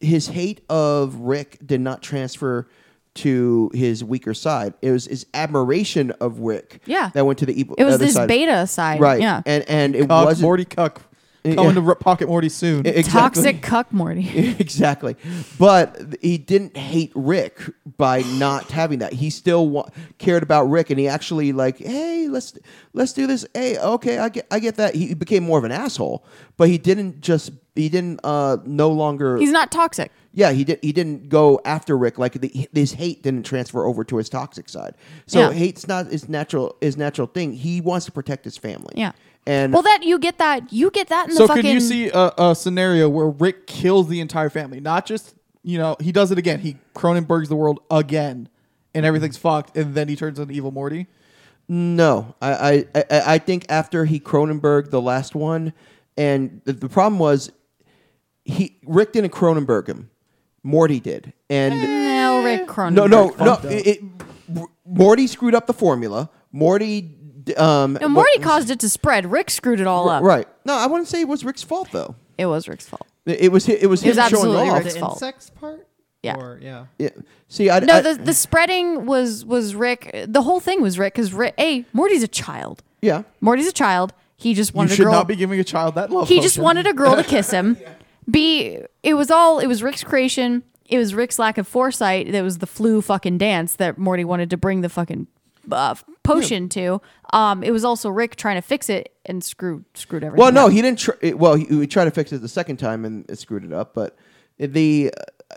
S2: his hate of Rick did not transfer to his weaker side. It was his admiration of Rick.
S1: Yeah.
S2: that went to the evil.
S1: It was
S2: other
S1: this
S2: side.
S1: beta side.
S2: Right.
S1: Yeah.
S2: And and it
S4: Cuck,
S2: wasn't
S4: Uh, Morty Cuck
S2: Yeah.
S4: coming to to Pocket Morty
S2: *laughs*
S4: soon.
S2: Exactly.
S1: Toxic cuck Morty.
S2: *laughs* exactly. But th- he didn't hate Rick by not having that. He still wa- cared about Rick, and he actually like, hey, let's let's do this. Hey, okay, I get I get that. He became more of an asshole, but he didn't just he didn't uh no longer
S1: He's not toxic.
S2: yeah he did he didn't go after Rick like the, his hate didn't transfer over to his toxic side. So
S1: Yeah.
S2: hate's not his natural his natural thing. He wants to protect his family.
S1: Yeah.
S2: And
S1: Well, that you get that you get that in
S4: So
S1: the fucking.
S4: could you see a, a scenario where Rick kills the entire family? Not just you know he does it again. He Cronenberg's the world again, and everything's fucked. And then he turns into evil Morty.
S2: No, I, I, I, I think after he Cronenberg the last one, and the, the problem was, he Rick didn't Cronenberg him, Morty did, and
S1: no Rick Cronenberg?
S2: no, no, no,
S4: Eh. fucked up.
S2: it, it- Morty screwed up the formula. Morty, d- um,
S1: No, Morty caused it to spread. Rick screwed it all up.
S2: right? No, I wouldn't say it was Rick's fault though.
S1: It was Rick's fault.
S2: It, it was hi- it was
S1: It was
S2: him showing
S1: absolutely
S2: off.
S1: Rick's
S3: the
S1: fault.
S3: insects part.
S1: Yeah.
S3: Or, yeah.
S2: Yeah. See, I
S1: No,
S2: I-
S1: the the spreading was was Rick. The whole thing was Rick because Rick. A Morty's a child.
S2: yeah.
S1: Morty's a child. He just
S4: You
S1: wanted a
S4: should
S1: girl.
S4: not be giving a child that love.
S1: he just
S4: potion.
S1: wanted a girl
S2: *laughs*
S1: to kiss him. B it was all it was Rick's creation. It was Rick's lack of foresight. That was the flu fucking dance that Morty wanted to bring the fucking uh, potion to. Um, it was also Rick trying to fix it and screwed screwed everything.
S2: Well, no,
S1: up.
S2: he didn't. Tr- it- well, he, he tried to fix it the second time and it screwed it up. But the uh,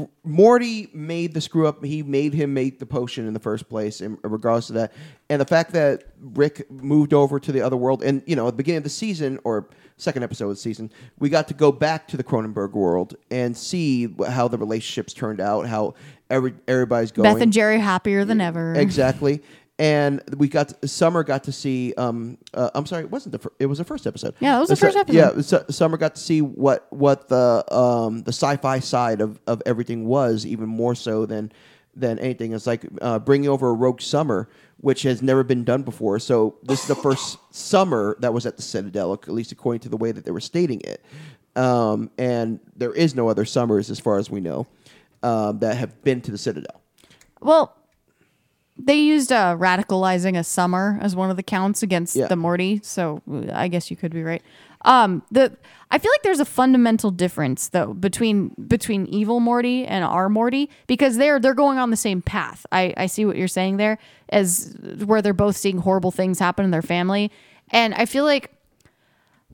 S2: R- Morty made the screw up. He made him make the potion in the first place, in regards to that, and the fact that Rick moved over to the other world, and you know, at the beginning of the season or second episode of the season, we got to go back to the Cronenberg world and see wh- how the relationships turned out, how every everybody's going.
S1: Beth and Jerry happier than ever.
S2: Exactly. And we got Summer got to see. Um, uh, I'm sorry, it wasn't the fir- it was the first episode.
S1: Yeah, it was the
S2: So-
S1: first episode.
S2: Yeah, Su- Summer got to see what what the um the sci-fi side of, of everything was even more so than than anything. It's like uh, bringing over a rogue Summer, which has never been done before. So this is the first Summer that was at the Citadel, at least according to the way that they were stating it. Um, and there is no other Summers, as far as we know, um, that have been to the Citadel.
S1: Well, they used uh, radicalizing a summer as one of the counts against
S2: Yeah.
S1: the Morty, so I guess you could be right. Um, the I feel like there's a fundamental difference though between between evil Morty and our Morty because they're they're going on the same path. I I see what you're saying there as where they're both seeing horrible things happen in their family, and I feel like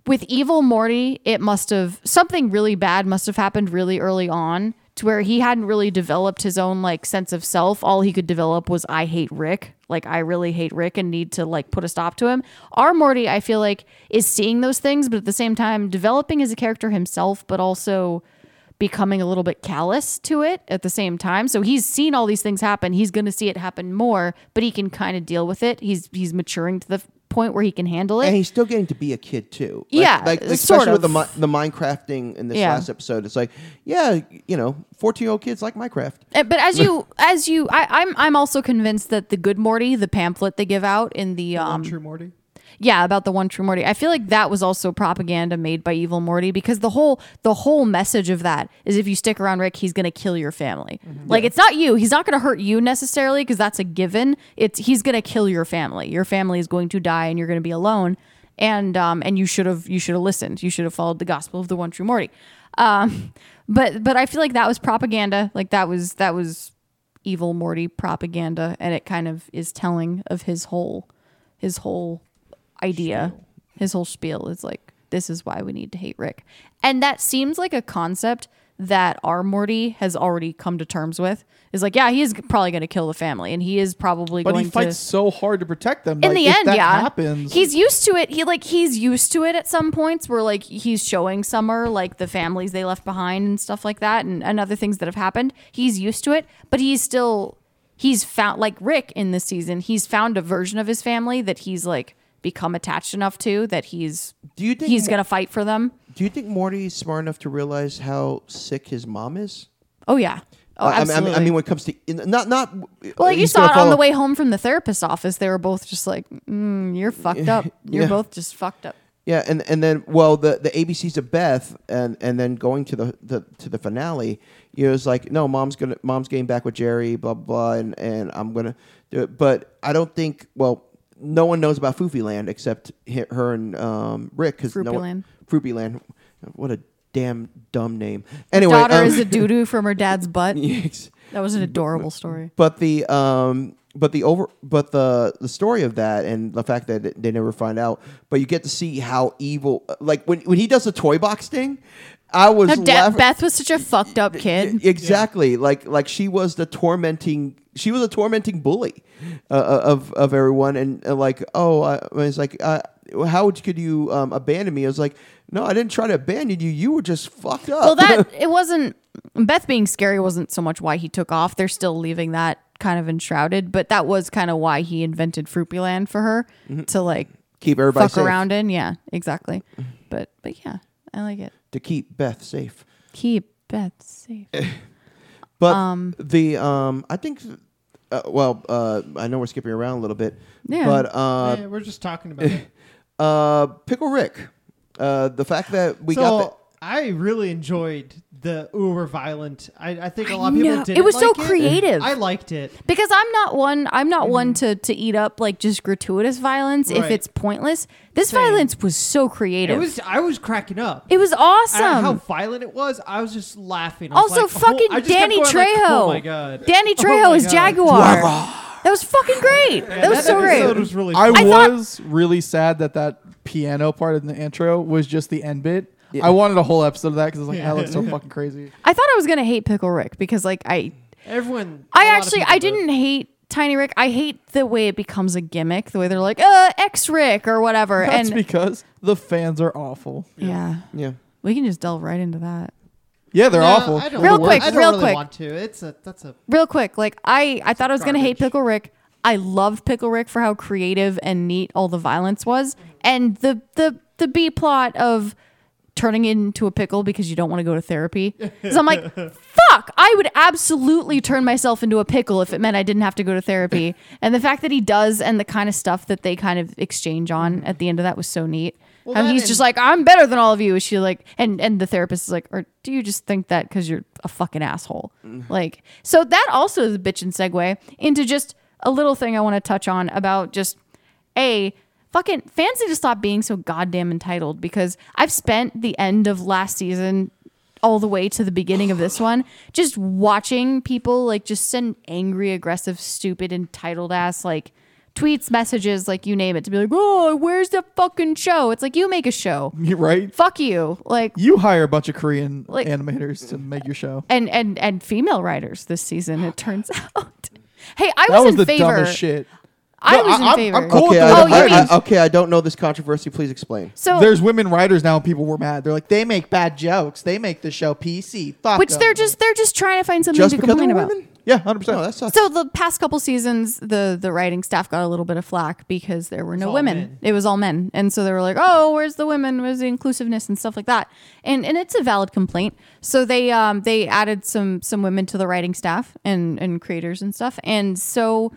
S1: with evil Morty, it must have something really bad must have happened really early on to where he hadn't really developed his own like sense of self. All he could develop was I hate Rick. Like I really hate Rick and need to like put a stop to him. Our Morty, I feel like, is seeing those things, but at the same time developing as a character himself, but also becoming a little bit callous to it at the same time. So he's seen all these things happen. He's going to see it happen more, but he can kind of deal with it. He's he's maturing to the f- point where he can handle it. *laughs*
S2: and he's still getting to be a kid too. Like-
S1: Yeah,
S2: like
S1: sort
S2: especially with the
S1: of.
S2: mi- the Minecrafting in this
S1: Yeah.
S2: last episode, it's like, yeah, you know, fourteen year old kids like Minecraft.
S1: Uh, But as you, as you, I, I'm, I'm also convinced that the Good Morty, the pamphlet they give out in the,
S3: One
S1: um,
S3: True Morty.
S1: yeah, about the one true Morty, I feel like that was also propaganda made by evil Morty because the whole, the whole message of that is if you stick around Rick, he's gonna kill your family. Like it's not you, he's not gonna hurt you necessarily because that's a given. It's he's gonna kill your family. Your family is going to die, and you're gonna be alone. And um, and you should have, you should have listened. You should have followed the gospel of the one true Morty. Um, *laughs* but but I feel like that was propaganda. Like that was that was evil Morty propaganda, and it kind of is telling of his whole his whole idea, his whole spiel is like this is why we need to hate Rick, and that seems like a concept that our Morty has already come to terms with. Is like yeah, he is probably going to kill the family, and he is probably
S4: But
S1: going
S4: he fights
S1: to.
S4: so hard to protect them.
S1: In
S4: Like,
S1: the
S4: if
S1: end,
S4: that
S1: yeah,
S4: happens.
S1: he's used to it. He like he's used to it at some points where like he's showing Summer like the families they left behind and stuff like that, and, and other things that have happened. He's used to it, but he's still he's found like Rick in this season. He's found a version of his family that he's like become attached enough to that he's
S2: Do you think
S1: he's
S2: Mo-
S1: gonna fight for them.
S2: Do you think Morty is smart enough to realize how sick his mom is?
S1: Oh yeah. Oh,
S2: I- I, mean- I
S1: absolutely.
S2: mean, I mean, when it comes to in- not not.
S1: well, like you
S2: he's
S1: saw
S2: gonna
S1: it on
S2: follow-
S1: the way home from the therapist's office. They were both just like, mm, "You're fucked
S2: *laughs*
S1: up. You're
S2: Yeah.
S1: both just fucked up."
S2: Yeah, and and then well, the the ABCs of Beth, and and then going to the, the to the finale, you know, it's like no, mom's gonna mom's getting back with Jerry, blah blah, blah and and I'm gonna do it. But I don't think well, no one knows about Foofy Land except hi- her and um, Rick because no
S1: Froopyland.
S2: one, Froopy Land, what a damn dumb name. Anyway,
S1: Daughter
S2: um,
S1: is a doo doo from her dad's butt.
S2: *laughs* yes.
S1: That was an adorable story.
S2: but the um but the over but the the story of that and the fact that they never find out but you get to see how evil like when when he does the toy box thing i was
S1: No, De-
S2: laughing- E,
S1: Beth was such a fucked up kid.
S2: exactly like like she was the tormenting she was a tormenting bully uh, of of everyone and uh, like oh I, I was like uh, how would- could you um, abandon me? I was like, no, I didn't try to abandon you. You were just fucked up.
S1: Well, that it wasn't Beth being scary wasn't so much why he took off. They're still leaving that kind of enshrouded, but that was kind of why he invented Fruitland for her to like
S2: *laughs* keep everybody
S1: fuck
S2: safe.
S1: around in. Yeah, exactly. But but yeah, I like it.
S2: to keep Beth safe.
S1: Keep Beth safe.
S2: But the um, I think, uh, well, uh, I know we're skipping around a little bit.
S1: Yeah.
S2: But uh,
S3: Yeah, we're just
S2: *laughs*
S3: talking about it.
S2: uh, Pickle Rick, uh, the fact that we
S3: so
S2: got the,
S3: I really enjoyed the uber violent. I, I think a
S1: I
S3: lot of people
S1: know.
S3: did.
S1: It was so
S3: like
S1: creative.
S3: I liked it.
S1: because I'm not one I'm not one to to eat up like just gratuitous violence if
S3: Right.
S1: it's pointless. This
S3: Same.
S1: violence was so creative.
S3: It was. I was cracking up.
S1: awesome.
S3: I- how violent it was. I was just laughing. I was
S1: also,
S3: like, oh,
S1: fucking
S3: I just kept
S1: Danny
S3: going, like,
S1: Trejo.
S3: oh my god.
S1: Danny
S3: *laughs* Oh
S1: Trejo
S3: my
S1: is
S3: God.
S1: Jaguar. That was fucking great. that was
S3: that
S1: so
S3: episode
S1: great.
S3: was really.
S4: I,
S3: cool.
S1: I thought-
S4: was really sad that that piano part in the intro was just the end bit. I wanted a whole episode of that because it's like that looks so fucking
S1: *laughs*
S4: crazy.
S1: I thought I was gonna hate Pickle Rick because like I
S3: *laughs* Everyone. a
S1: I
S3: lot of
S1: actually
S3: people
S1: I
S3: did.
S1: didn't hate Tiny Rick. I hate the way it becomes a gimmick, the way they're like, uh, X Rick or whatever.
S4: That's
S1: and
S4: because the fans are awful.
S1: yeah.
S2: yeah.
S1: We can just delve right into that.
S4: Yeah, they're
S3: No,
S4: awful.
S3: I don't
S1: Real
S3: want-
S1: quick,
S3: I don't
S1: real
S3: really
S1: quick.
S3: Want to? It's a. That's a.
S1: real quick, like I, I thought I was gonna hate
S3: Garbage.
S1: Pickle Rick. I loved Pickle Rick for how creative and neat all the violence was,
S3: Mm-hmm.
S1: and the the the B plot of turning into a pickle because you don't want to go to
S3: *laughs*
S1: therapy. So I'm like, fuck, I would absolutely turn myself into a pickle if it meant I didn't have to go to
S3: *laughs*
S1: therapy. And the fact that he does and the kind of stuff that they kind of exchange on at the end of that was so neat.
S3: Mm-hmm. Well,
S1: How
S3: that
S1: he's
S3: and-
S1: just like, I'm better than all of you. Is she like, and and the therapist is like, or do you just think that because you're a fucking asshole? Like, so that also is a bitchin' segue into just a little thing I want to touch on about just a fucking fans need to stop being so goddamn entitled because I've spent the end of last season all the way to the beginning of this one just watching people like just send angry, aggressive, stupid, entitled ass like tweets, messages, like you name it, to be like, oh, where's the fucking show? It's like you make a show.
S4: *laughs* You're right.
S1: Fuck you. Like
S4: You hire a bunch of Korean
S1: Like-
S4: animators to make your show.
S1: and and and female writers this season, it turns *laughs* out. Hey, I
S4: That
S1: was,
S4: was
S1: in
S4: the
S1: favor.
S4: dumbest shit.
S1: I
S4: No,
S1: was
S4: I-
S1: in
S4: I'm-
S1: favor.
S4: I'm cool.
S2: Okay,
S4: Oh,
S2: I,
S1: you
S2: I-
S1: mean-
S2: I- okay, I don't know this controversy. Please explain.
S1: So
S4: There's women writers now, and people were mad. They're like, they make bad jokes. They make the show PC. Fuck
S1: which
S4: 'em."
S1: they're just they're just trying to find something to
S2: Just because
S1: complain
S2: they're
S1: about.
S2: women?
S4: yeah, hundred percent.
S2: No, that sucks.
S1: So the past couple seasons, the the writing staff got a little bit of flack because there were no
S3: all
S1: women.
S3: men.
S1: It was all men, and so they were like, "Oh, where's the women? Where's the inclusiveness and stuff like that?" And and it's a valid complaint. So they um they added some some women to the writing staff and and creators and stuff. And so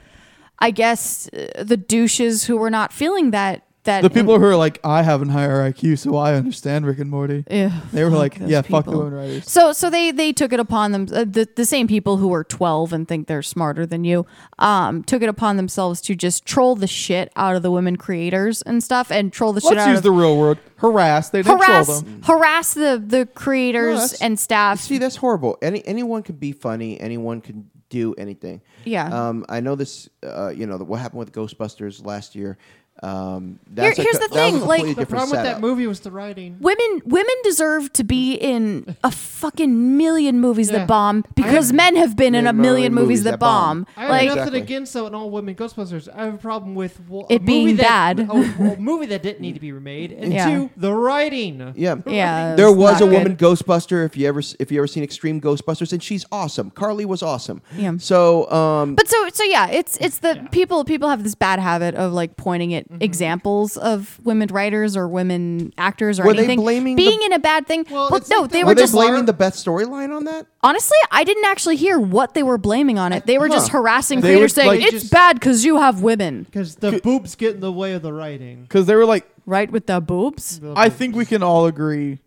S1: I guess uh, the douches who were not feeling that that
S4: the people who are like, I have an higher IQ, so I understand Rick and Morty.
S1: Ugh,
S4: They were like,
S1: *laughs* those
S4: yeah, fuck the
S1: people.
S4: women writers.
S1: So so they they took it upon them uh, the the same people who are 12 and think they're smarter than you um took it upon themselves to just troll the shit out of the women creators and stuff and troll the shit
S4: Let's
S1: out
S4: use
S1: of
S4: the real word. Harass. They didn't troll
S1: harass
S4: them.
S1: harass the the creators
S2: that's-
S1: and
S2: You
S1: staff.
S2: See, that's horrible. Any anyone can be funny. Anyone can do anything.
S1: Yeah.
S2: Um, I know this. Uh, you know what happened with Ghostbusters last year. Um,
S1: Here-
S2: that's a
S1: here's
S2: co-
S1: the
S2: that was
S1: thing,
S2: a
S1: like-
S2: completely
S3: The
S2: different
S3: problem with that
S2: setup.
S3: movie was the writing.
S1: Women women deserve to be in a fucking million movies
S3: Yeah.
S1: that bomb because men have been in a
S2: Million
S1: million movies that bomb.
S2: bomb.
S3: I have
S1: Like
S3: nothing
S2: Exactly.
S3: against though an all women Ghostbusters. I have a problem with well,
S1: It being
S3: that,
S1: bad.
S3: A, a movie that didn't need to be remade, and
S1: Yeah.
S3: two, the writing.
S2: Yeah.
S1: yeah.
S2: There
S1: it's
S2: was a
S1: not
S2: woman
S1: good.
S2: Ghostbuster. If you ever if you ever seen Extreme Ghostbusters, and she's awesome. Carly was awesome.
S1: Yeah.
S2: So um,
S1: But so so yeah, it's it's the
S3: Mm, Yeah. Mm-hmm.
S1: people people have this bad habit of like pointing at examples of women writers or women actors or
S2: Were they
S1: anything
S2: blaming the-
S1: being in a bad thing.
S3: Well,
S1: but
S3: it's
S1: no,
S3: like
S1: they
S3: the-
S1: were
S2: were they
S1: just
S2: blaming the Beth storyline on that?
S1: honestly, I didn't actually hear what they were blaming on it. They were just
S2: Huh.
S1: harassing
S4: They
S1: creators
S4: would,
S1: saying
S4: like,
S1: it's
S3: just-
S1: bad because you have women,
S3: Because the boobs get in the way of the writing.
S4: Because they were like,
S1: right? With the boobs.
S4: I think we can all agree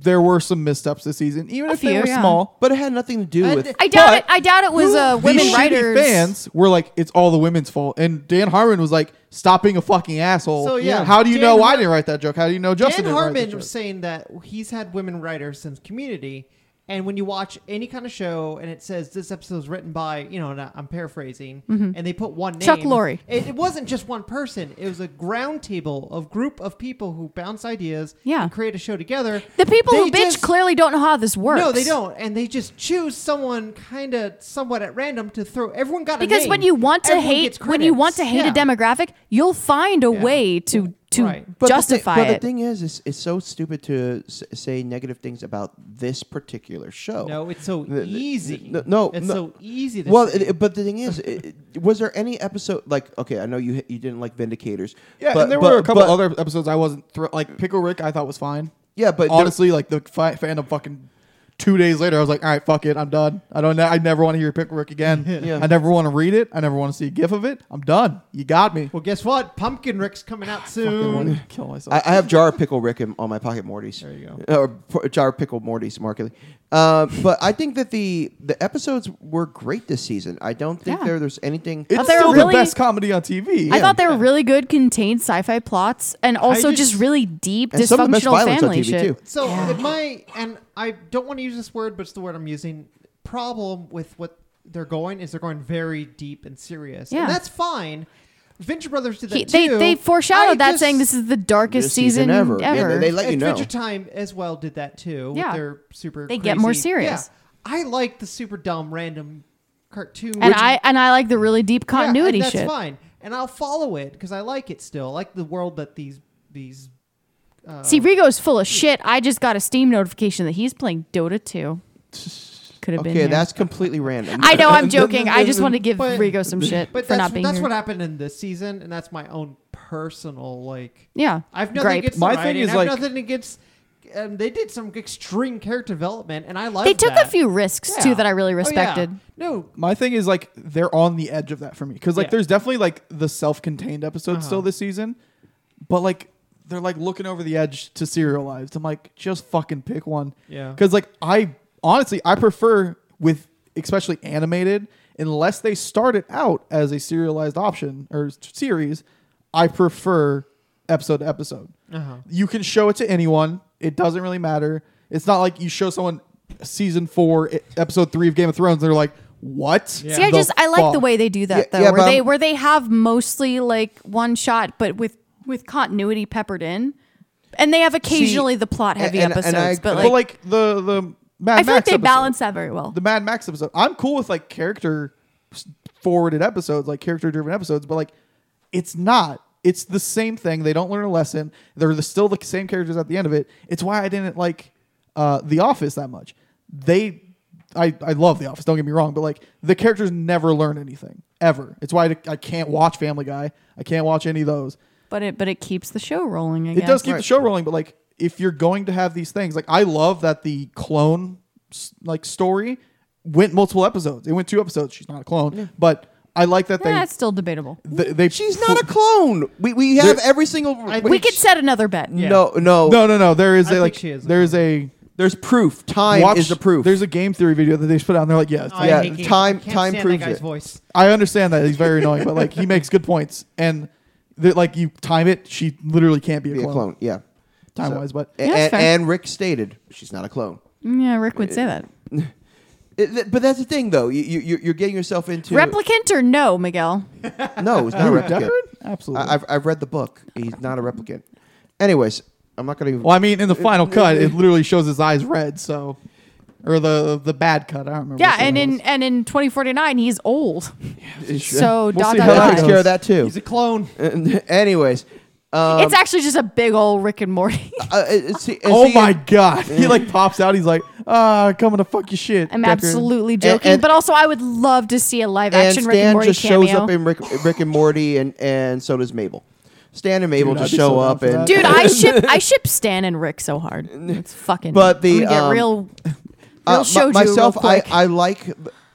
S4: there were some missteps this season, even
S1: A
S4: if they
S1: few,
S4: were
S1: yeah.
S4: small.
S2: But it had nothing to do
S3: And-
S2: with.
S1: I doubt it.
S4: But
S1: I doubt it was uh,
S4: These
S1: women
S4: shitty
S1: writers.
S4: fans were like, it's all the women's fault. And Dan Harmon was like, stop being a fucking asshole.
S3: So, yeah,
S4: How do you
S3: Dan
S4: know I
S3: Har-
S4: didn't write that joke? How do you know Justin
S3: Dan
S4: didn't write that
S3: Harmon
S4: joke?
S3: was saying that he's had women writers since Community, and when you watch any kind of show and it says this episode was written by, you know, and I- I'm paraphrasing, and they put one name,
S1: Mm-hmm. Chuck Lorre.
S3: It, it wasn't just one person; it was a round table of group of people who bounce ideas,
S1: Yeah.
S3: and create a show together.
S1: The people who
S3: They
S1: bitch
S3: just-
S1: clearly don't know how this works.
S3: No, they don't, and they just choose someone kind of somewhat at random to throw. Everyone got a
S1: because
S3: name.
S1: when you want to
S3: Everyone
S1: hate
S3: gets
S1: when you want to
S3: credits.
S1: hate
S3: Yeah.
S1: a demographic you'll find a
S3: Yeah.
S1: way to to
S3: Right.
S2: But the thi-
S1: justify
S2: but
S1: it.
S2: the thing is, it's, it's so stupid to s- say negative things about this particular show.
S3: No, it's so
S2: The- the-
S3: easy.
S2: no, no,
S3: it's
S2: no.
S3: so easy. To
S2: Well,
S3: say.
S2: it, it- but the thing is, it, it- was there any episode like? Okay, I know you you didn't like Vindicators.
S4: Yeah,
S2: but,
S4: and there
S2: but-
S4: were a couple
S2: but-
S4: other episodes I wasn't thr- like Pickle Rick. I thought was fine.
S2: Yeah, but there-
S4: honestly, like the fi- fandom fucking two days later, I was like, all right, fuck it, I'm done. I don't. I never want to hear Pickle Rick again.
S2: *laughs* Yeah.
S4: I never want to read it. I never want to see a gif of it. I'm done. You got me.
S2: *clears throat*
S3: well, guess what? Pumpkin Rick's coming
S2: Ah,
S3: out
S4: Fucking wanna
S3: soon.
S4: kill myself.
S2: I, I have jar of pickle Rick in, on my pocket Morty's. There
S3: you
S2: go. Or p- jar of pickle Morty's, markedly. Uh, but I think that the the episodes were great this season. I don't think
S1: Yeah.
S2: there there's anything.
S4: it's
S1: But they're
S4: still
S1: really-
S4: the best comedy on TV.
S1: I thought they were really good contained sci-fi plots and also just,
S3: just-
S1: really deep
S2: and some of the best
S1: dysfunctional
S2: violence on
S1: family
S2: TV
S1: shit.
S2: too.
S3: So my and I don't want to use this word, but it's the word I'm using. Problem with what they're going is they're going very deep and serious.
S1: Yeah.
S3: and that's fine. Venture Brothers did that
S1: He- they
S3: too.
S1: they foreshadowed
S3: I
S1: that
S3: just-
S1: saying this is the darkest
S2: This season
S1: season,
S2: ever.
S1: ever.
S2: Yeah, they- they let you know.
S3: Adventure Time as well did that too.
S1: Yeah.
S3: with their super.
S1: They get more
S3: crazy-
S1: serious.
S3: Yeah. I like the super dumb random cartoon.
S1: and I and I like the really deep
S3: Yeah, and
S1: continuity
S3: that's
S1: shit.
S3: fine, and I'll follow it because I like it still. I like the world that these these. Uh,
S1: See, Rigo's full of shit. I just got a Steam notification that he's playing Dota 2. Could have been.
S2: Okay,
S1: here.
S2: that's completely random.
S1: I know.
S2: *laughs*
S1: I'm joking. I just want to give
S3: But-
S1: Rigo some shit
S3: but
S1: for
S3: that's,
S1: not being
S3: that's
S1: here.
S3: what happened in this season, and that's my own personal like.
S1: yeah,
S3: I've nothing
S1: gripe.
S3: against
S4: My
S3: my
S4: thing is,
S3: I have
S4: like-
S3: nothing against. Um, they did some extreme character development, and I love.
S1: They took a
S3: that.
S1: few risks
S3: Yeah.
S1: too that I really
S3: Oh, yeah.
S1: respected.
S3: No,
S4: my thing is like they're on the edge of that for me because like
S3: Yeah.
S4: there's definitely like the self-contained
S2: Uh-huh.
S4: episodes still this season but like they're like looking over the edge to serialized i'm like just fucking pick one
S3: Yeah.
S4: because like i honestly i prefer with especially animated unless they start it out as a serialized option or s- series i prefer episode to episode
S3: Uh-huh.
S4: you can show it to anyone. It doesn't really matter. It's not like you show someone season four, e- episode three of Game of Thrones, and they're like, "What?"
S3: Yeah.
S1: See, I
S4: the
S1: just I like the
S4: fuck?"
S1: way they do that
S2: Yeah,
S1: though,
S2: yeah,
S1: where
S2: but
S1: they
S2: I'm-
S1: where they have mostly like one shot, but with with continuity peppered in, and they have occasionally the plot heavy
S2: and- and
S1: episodes,
S2: I-
S1: but like,
S4: but like the the Mad
S1: I feel like
S4: Max
S1: they
S4: episode,
S1: balance that very well.
S4: the Mad Max episode. I'm cool with like character s- forwarded episodes, like character driven episodes, but like it's not. It's the same thing. They don't learn a lesson. They're the, still the same characters at the end of it. It's why I didn't like uh, The Office that much. They, I, I love The Office. Don't get me wrong, but like the characters never learn anything ever. It's why I, I can't watch Family Guy. I can't watch any of those.
S1: but it but it keeps the show rolling. I
S4: It
S1: guess.
S4: does keep
S2: Right.
S4: the show rolling, but like if you're going to have these things, like I love that the clone s- like story went multiple episodes. It went two episodes. She's not a clone, but I like that
S1: Yeah, it's still debatable.
S4: they, they they
S2: She's not a clone. We we have every single.
S3: I-
S1: We
S3: Which-
S1: could set another bet.
S3: Yeah.
S2: No, no,
S4: *laughs* No, no, no. There is
S3: I
S4: a
S3: think
S4: like
S3: she is a
S4: there is a
S2: There's proof. Time
S4: watch
S2: is the proof. Oh,
S4: There's a game theory video that they just put out and they're like, yeah, it's-
S3: I
S4: I,
S2: Yeah,
S3: hate Gabe.
S2: time-
S3: I can't
S2: time
S3: stand
S2: proves
S3: that guy's
S2: it.
S3: voice.
S4: understand that. He's very annoying, but like he makes good points and that like you time it, she literally can't be a
S2: Be a
S4: clone,
S2: clone. Yeah.
S4: time wise, but
S2: A-
S1: that's
S2: and,
S1: fair.
S2: and Rick stated she's not a clone.
S1: Yeah, Rick would say that.
S2: It- th- but that's the thing, though. You, you, you're getting yourself into
S1: Replicant or no, Miguel?
S2: No, it's not a replicant.
S4: Deckard? Absolutely.
S2: I, I've, I've read the book. He's not a replicant. Anyways, I'm not going to even. *laughs*
S4: Well, I mean, in the final cut, it literally shows his eyes red. So, or the the bad cut. I don't remember.
S1: Yeah,
S4: which one
S1: and
S4: it
S1: in
S4: was.
S1: and in 2049 he's old. So
S4: We'll
S1: dot
S4: see
S1: dot
S4: how
S2: Hell,
S4: that
S2: I
S1: dot.
S2: takes
S4: goes.
S2: care of that too.
S3: He's a clone.
S2: *laughs* Anyways, um,
S1: it's actually just a big old Rick and
S4: *laughs*
S1: Morty.
S2: uh, it- see, and
S4: Oh
S2: see,
S4: my god! He like pops out. He's like, "Ah, coming to fuck your shit."
S1: I'm
S4: Deckard."
S1: absolutely joking,
S2: and-
S1: but also I would love to see a live
S2: And
S1: action Rick and
S2: Stan
S1: Morty
S2: just
S1: cameo.
S2: shows up in Rick, Rick and Morty, and, and so does Mabel. Stan and Mabel
S4: Dude, I'd
S2: just
S4: be
S2: show
S4: so down
S2: up
S4: for
S2: and
S4: that.
S1: Dude,
S2: *laughs*
S1: I ship I ship Stan and Rick so hard. It's fucking.
S2: But
S1: I'm
S2: the,
S1: gonna get
S2: um,
S1: real, real
S2: Uh, my-
S1: shoju
S2: myself,
S1: real quick.
S2: I, I like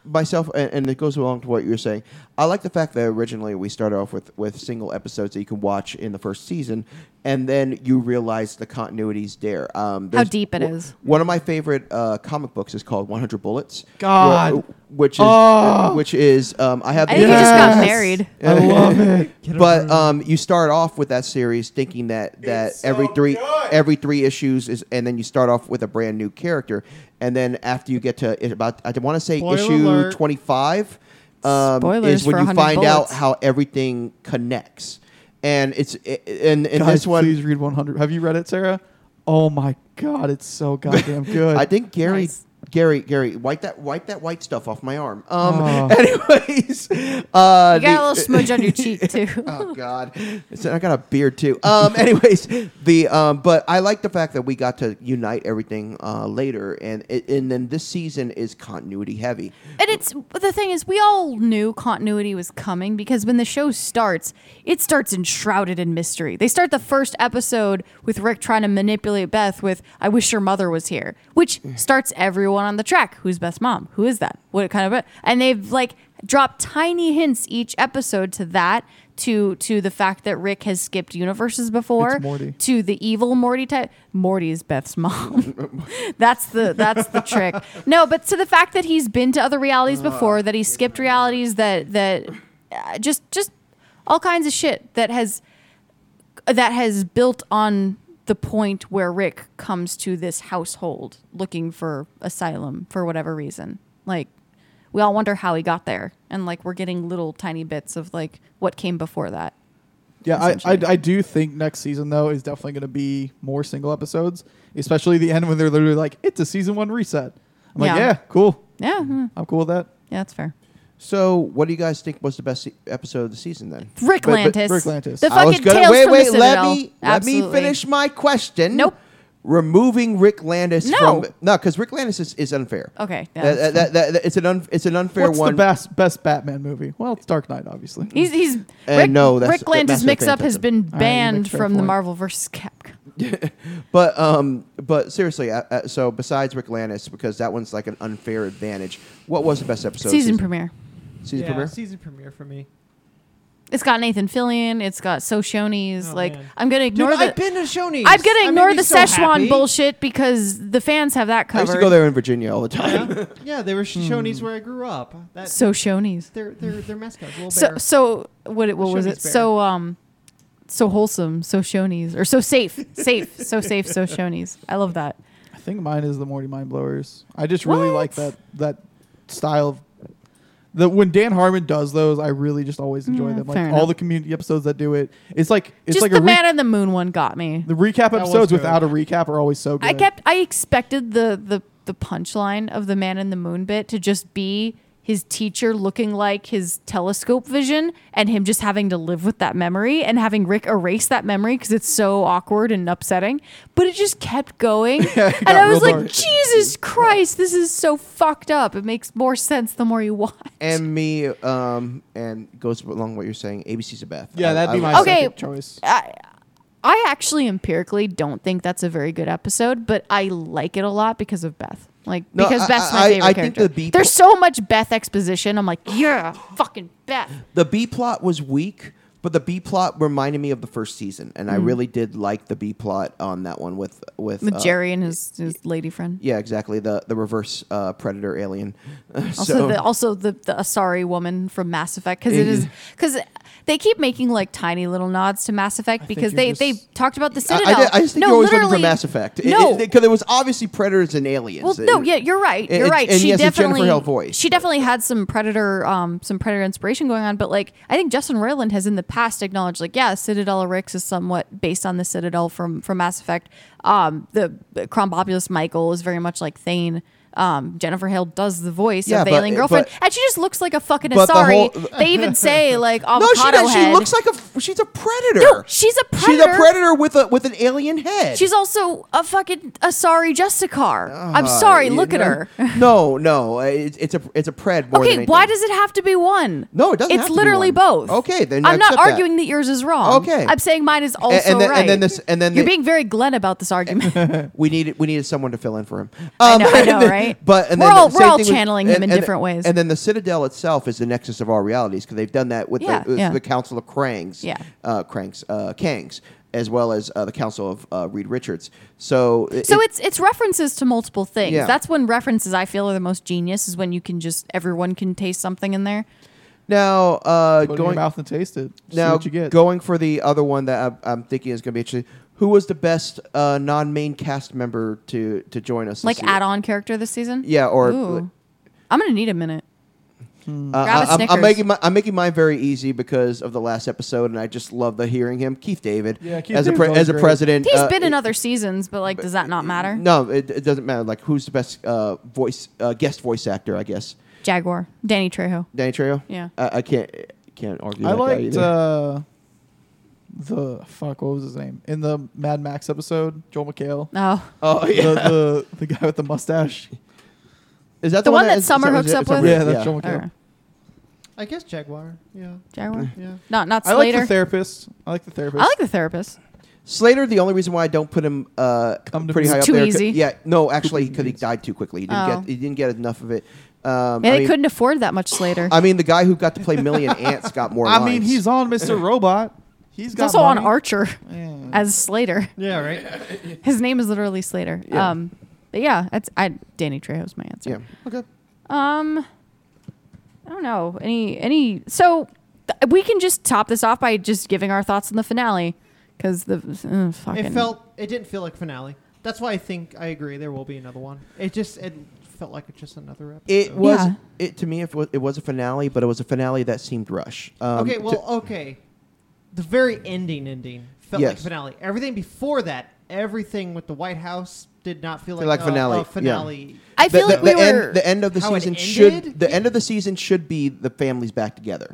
S2: myself, and, and it goes along to what you're saying. I like the fact that originally we started off with with single episodes that you can watch in the first season, and then you realize the continuity's there. Um, there's-
S1: deep it
S2: w-
S1: is.
S2: One of my favorite uh, comic books is called 100 Bullets.
S4: God.
S2: wh- which is
S4: Oh.
S2: which is um, I have.
S1: I
S2: the
S1: think he just got
S4: Yes.
S1: married.
S4: I love it.
S2: but um, you start off with that series thinking that that every three every three issues is, and then you start off with a brand new character, and then after you get to it about I want to say
S3: Spoiler
S2: issue
S3: alert.
S2: twenty five um,
S1: Spoilers
S2: is when
S1: for
S2: you
S1: 100
S2: find out
S1: bullets.
S2: how everything connects, and it's i- i- and and
S4: Guys,
S2: this one
S4: please
S2: *laughs*
S4: read 100. Have you read it, Sarah? Oh my god, it's so goddamn good.
S2: I think Gary
S1: Nice.
S2: Gary, Gary, wipe that, wipe that white stuff off my arm. Um, *laughs* anyways, uh,
S1: Oh. You got a little
S2: the-
S1: smudge on your
S2: *laughs*
S1: cheek too. *laughs*
S2: oh God, It's- I got a beard too. Um, *laughs* anyways, the um, but I like the fact that we got to unite everything uh, later, and it, and then this season is continuity heavy.
S1: And it's the thing is, we all knew continuity was coming because when the show starts, it starts enshrouded in mystery. They start the first episode with Rick trying to manipulate Beth with "I wish your mother was here," which starts everyone on the track. Who's Beth's mom? Who is that? What kind of? And they've like dropped tiny hints each episode to that. To, to the fact that Rick has skipped universes before,
S4: It's Morty.
S1: to the evil Morty type. Morty is Beth's mom. *laughs* that's the that's the
S2: *laughs*
S1: trick. No, but to the fact that he's been to other
S2: Uh.
S1: realities before, that he skipped realities, that that uh, just just all kinds of shit that has that has built on the point where Rick comes to this household looking for asylum for whatever reason. Like we all wonder how he got there, and like we're getting little tiny bits of like what came before that.
S4: Yeah, I, I,
S1: essentially.
S4: I do think next season though is definitely going to be more single episodes, especially the end when they're literally like, "It's a season one reset." I'm
S1: Yeah.
S4: like, "Yeah, cool.
S1: Yeah,
S2: Mm-hmm.
S1: mm,
S4: I'm cool with that."
S1: yeah, that's fair.
S2: So, what do you guys think was the best se- episode of the season then?
S1: Rick
S4: But- but-
S1: Lantis.
S4: Rick Lantis.
S1: The
S2: I was
S1: fucking
S2: gonna-
S1: Tales
S2: wait,
S1: from the
S2: wait. let
S1: Citadel.
S2: me let
S1: Absolutely.
S2: me finish my question.
S1: Nope.
S2: Removing Rick Landis
S1: No.
S2: from no, because Rick Landis is, is unfair.
S1: Okay, yeah,
S2: That-
S1: that's
S2: that- that- that- it's an un, it's an unfair
S4: What's
S2: one.
S4: the best best Batman movie? Well, it's Dark Knight, obviously.
S1: He's he's
S2: Uh,
S1: Rick,
S2: no, that's-
S1: Rick
S2: that-
S1: Landis
S2: that's the
S1: mix up has
S2: phantasm.
S1: been
S4: you
S1: banned
S4: make fair
S1: from the
S4: point.
S1: Marvel vs. Capcom.
S2: But um, but seriously, uh, uh, so besides Rick Lannis, because that one's like an unfair advantage. What was the best episode? of
S1: season,
S2: season
S1: premiere.
S2: Season
S3: yeah,
S2: premiere.
S3: season premiere for me.
S1: It's got Nathan Fillion. It's got Socionis.
S3: Oh,
S1: like
S3: man.
S1: I'm gonna
S3: Dude,
S1: ignore
S3: I've
S1: the
S3: been to Shoney's.
S1: I'm gonna
S3: That
S1: ignore
S3: made me
S1: the
S3: so
S1: Szechuan
S3: happy.
S1: bullshit because the fans have that
S2: I
S1: covered.
S2: used to go there in Virginia all the time. *laughs*
S3: Yeah, *laughs* yeah they were
S1: Hmm.
S3: Shoney's where I grew up. That,
S1: Socionis.
S3: they're they're they're mascots. Little
S1: So
S3: bear.
S1: so what it- what was it?
S3: Socionis bear.
S1: So um. So wholesome, so Shoney's, or so safe, safe, so safe, so Shoney's. I love that.
S4: I think mine is the Morty Mind Blowers. I just really
S1: What?
S4: like that that style of the when Dan Harmon does those, I really just always enjoy
S1: Yeah,
S4: them. Like
S1: Mm, fair
S4: all
S1: enough.
S4: the community episodes that do it. It's like it's
S1: Just
S4: like
S1: the
S4: a re-
S1: man in the moon one got me.
S4: the recap
S3: was
S4: episodes
S3: good.
S4: without a recap are always so good.
S1: I kept I expected the the the punchline of the man in the moon bit to just be his teacher looking like his telescope vision and him just having to live with that memory and having Rick erase that memory because it's so awkward and upsetting. But it just kept
S4: *laughs*
S1: going. and
S4: got
S1: I was like,
S4: real dark.
S1: Jesus Christ, this is so fucked up. It makes more sense the more you watch.
S2: and me, um, and goes along with what you're saying. ABC's a Beth.
S4: yeah,
S2: I-
S4: that'd
S2: I-
S4: be my
S1: Okay.
S4: second choice.
S1: I I actually empirically don't think that's a very good episode, but I like it a lot because of Beth. Like
S2: No,
S1: because
S2: I-
S1: Beth's my
S2: I-
S1: favorite
S2: I think
S1: character.
S2: the B-
S1: There's so much Beth exposition. I'm like, yeah, fucking Beth.
S2: The B plot was weak, but the B plot reminded me of the first season, and I really did like the B plot on that one with with
S1: Mm-hmm. With
S2: uh,
S1: Jerry and his, his lady friend.
S2: Yeah, exactly. The the reverse uh, predator alien. *laughs*
S1: Also,
S2: so,
S1: the also the the Asari woman from Mass Effect because it is because they keep making like tiny little nods to Mass Effect because
S4: you're
S1: they
S4: just-
S1: they talked about the
S2: I,
S1: Citadel.
S2: I, did- I just think
S1: no,
S2: you're always looking
S1: literally
S2: for Mass Effect.
S1: No,
S2: because there was obviously predators and aliens.
S1: Well, no, yeah, you're right.
S2: and-
S1: You're right.
S2: and
S1: she
S2: yes, it's Jennifer
S1: definitely
S2: Hale voice,
S1: she definitely had some predator, um, some predator inspiration going on. But like, I think Justin Roiland has in the past acknowledged, like, yeah, Citadel Rix is somewhat based on the Citadel from from Mass Effect. Um, the the Crombobulus Michael is very much like Thane. Um, Jennifer Hale does the voice
S2: Yeah,
S1: of the
S2: but-
S1: alien girlfriend,
S2: but-
S1: and she just looks like a fucking
S2: but the
S1: Asari.
S2: whole-
S1: they
S2: *laughs*
S1: even say like avocado
S2: No, she does. She
S1: head.
S2: looks like a. She's a predator.
S1: No, she's a
S2: She's a
S1: predator.
S2: predator with a with an alien head.
S1: She's also a fucking Asari Justicar. I'm
S2: Uh,
S1: sorry.
S2: you
S1: Look at
S2: know-
S1: her.
S2: *laughs* no, no, uh, it's, it's a it's a pred. More
S1: okay,
S2: than
S1: why
S2: anything.
S1: does it have to be one?
S2: No, it doesn't
S1: It's
S2: have to be
S1: literally
S2: one.
S1: both.
S2: Okay, then
S1: I'm not
S2: accept that.
S1: arguing that. yours is wrong.
S2: Okay.
S1: I'm saying mine is also
S2: and then-
S1: right.
S2: and then this- and then
S1: you're
S2: the-
S1: being very Glenn about this
S2: *laughs*
S1: argument.
S2: we needed we needed someone to fill in for him? Um,
S1: I know, I know,
S2: and then-
S1: right?
S2: But and
S1: We're
S2: then the
S1: all- we're
S2: same
S1: all
S2: thing with-
S1: channeling him in different ways.
S2: And then the Citadel itself is the nexus of our realities because they've done that with,
S1: Yeah,
S2: the, with
S1: yeah.
S2: the Council of Krangs,
S1: Yeah.
S2: uh, Krangs, uh, Kangs, as well as uh, the Council of uh, Reed Richards. So, it-
S1: so
S2: it-
S1: it's it's references to multiple things.
S2: Yeah.
S1: That's when references I feel are the most genius is when you can just everyone can taste something in there.
S2: now uh,
S4: Put it in your
S2: going
S4: mouth and taste it. See
S2: now
S4: what you get.
S2: going for the other one that I'm, I'm thinking is going to be interesting. Who was the best uh, non-main cast member to to join us? this
S1: Like
S2: year?
S1: add-on character this season.
S2: Yeah, or-
S1: Ooh. I'm gonna need a minute.
S2: Uh,
S1: Grab a
S2: I- I'm, I'm
S1: Mm-hmm. Snickers.
S2: making my, I'm making mine very easy because of the last episode, and I just love the hearing him, Keith David,
S4: Yeah, Keith
S2: as a
S4: David's
S2: pre-
S4: always
S2: as a
S4: great.
S2: president.
S1: He's
S2: uh,
S1: been in other seasons, but like, does that not matter?
S2: No, it, it doesn't matter. Like who's the best uh, voice uh, guest voice actor? I guess
S1: Jaguar, Danny Trejo.
S2: Danny Trejo.
S1: Yeah.
S2: I, I can't can't argue.
S4: I
S2: that guy
S4: liked
S2: either.
S4: uh, the fuck. What was his name in the Mad Max episode? Joel McHale.
S1: Oh,
S2: oh yeah,
S4: the, the the guy with the mustache.
S2: is that the,
S1: the one that
S2: is-
S1: Summer
S2: is
S1: hooks
S2: is
S1: up
S2: Summer-
S1: with?
S4: Yeah, that's
S2: Oh,
S4: Joel
S1: all
S4: McHale.
S1: right.
S3: I guess Jaguar. Yeah.
S1: Jaguar.
S3: Yeah.
S1: Not not
S4: I like
S1: Slater.
S4: the therapist. I like the therapist.
S1: I like the therapist.
S2: Slater. The only reason why I don't put him uh,
S4: Come to
S2: pretty
S4: me.
S2: high
S1: It's
S2: up
S1: too
S2: there,
S1: easy.
S2: yeah, no, actually, because
S4: *laughs*
S2: he died too quickly. He didn't
S1: Oh.
S2: get he didn't get enough of it. Um,
S1: Maybe
S2: I
S1: they
S2: mean,
S1: couldn't afford that much Slater.
S2: I mean, the guy who got to play Million Ants got more.
S4: *laughs* I mean,
S2: lines.
S4: he's on Mr. Robot. He's
S1: He's
S4: got
S1: also on
S4: money.
S1: Archer
S4: Yeah.
S1: as Slater.
S3: Yeah. Right.
S1: His name is literally Slater.
S2: Yeah.
S1: Um, but yeah, that's I. Danny Trejo's my answer.
S2: yeah. Okay.
S1: Um, I don't know any any. So th- we can just top this off by just giving our thoughts on the finale because the uh, fucking
S3: It felt. It didn't feel like finale. That's why I think I agree. There will be another one. It just. It felt like just another episode.
S2: It was
S1: Yeah.
S2: it to me. It was, it was a finale, but it was a finale that seemed rushed. Um,
S3: okay.
S2: to-
S3: Well. okay. The very ending. Ending felt like
S2: Yes.
S3: a finale. Everything before that. Everything with the White House did not feel like,
S2: Feel like
S3: a-
S2: finale,
S3: A,
S2: yeah.
S3: finale.
S1: I
S2: the,
S1: feel
S2: the-
S1: like we
S2: the
S1: were.
S2: end, the end of the
S3: How it
S2: season
S3: ended?
S2: should the end of the season should be the families back together,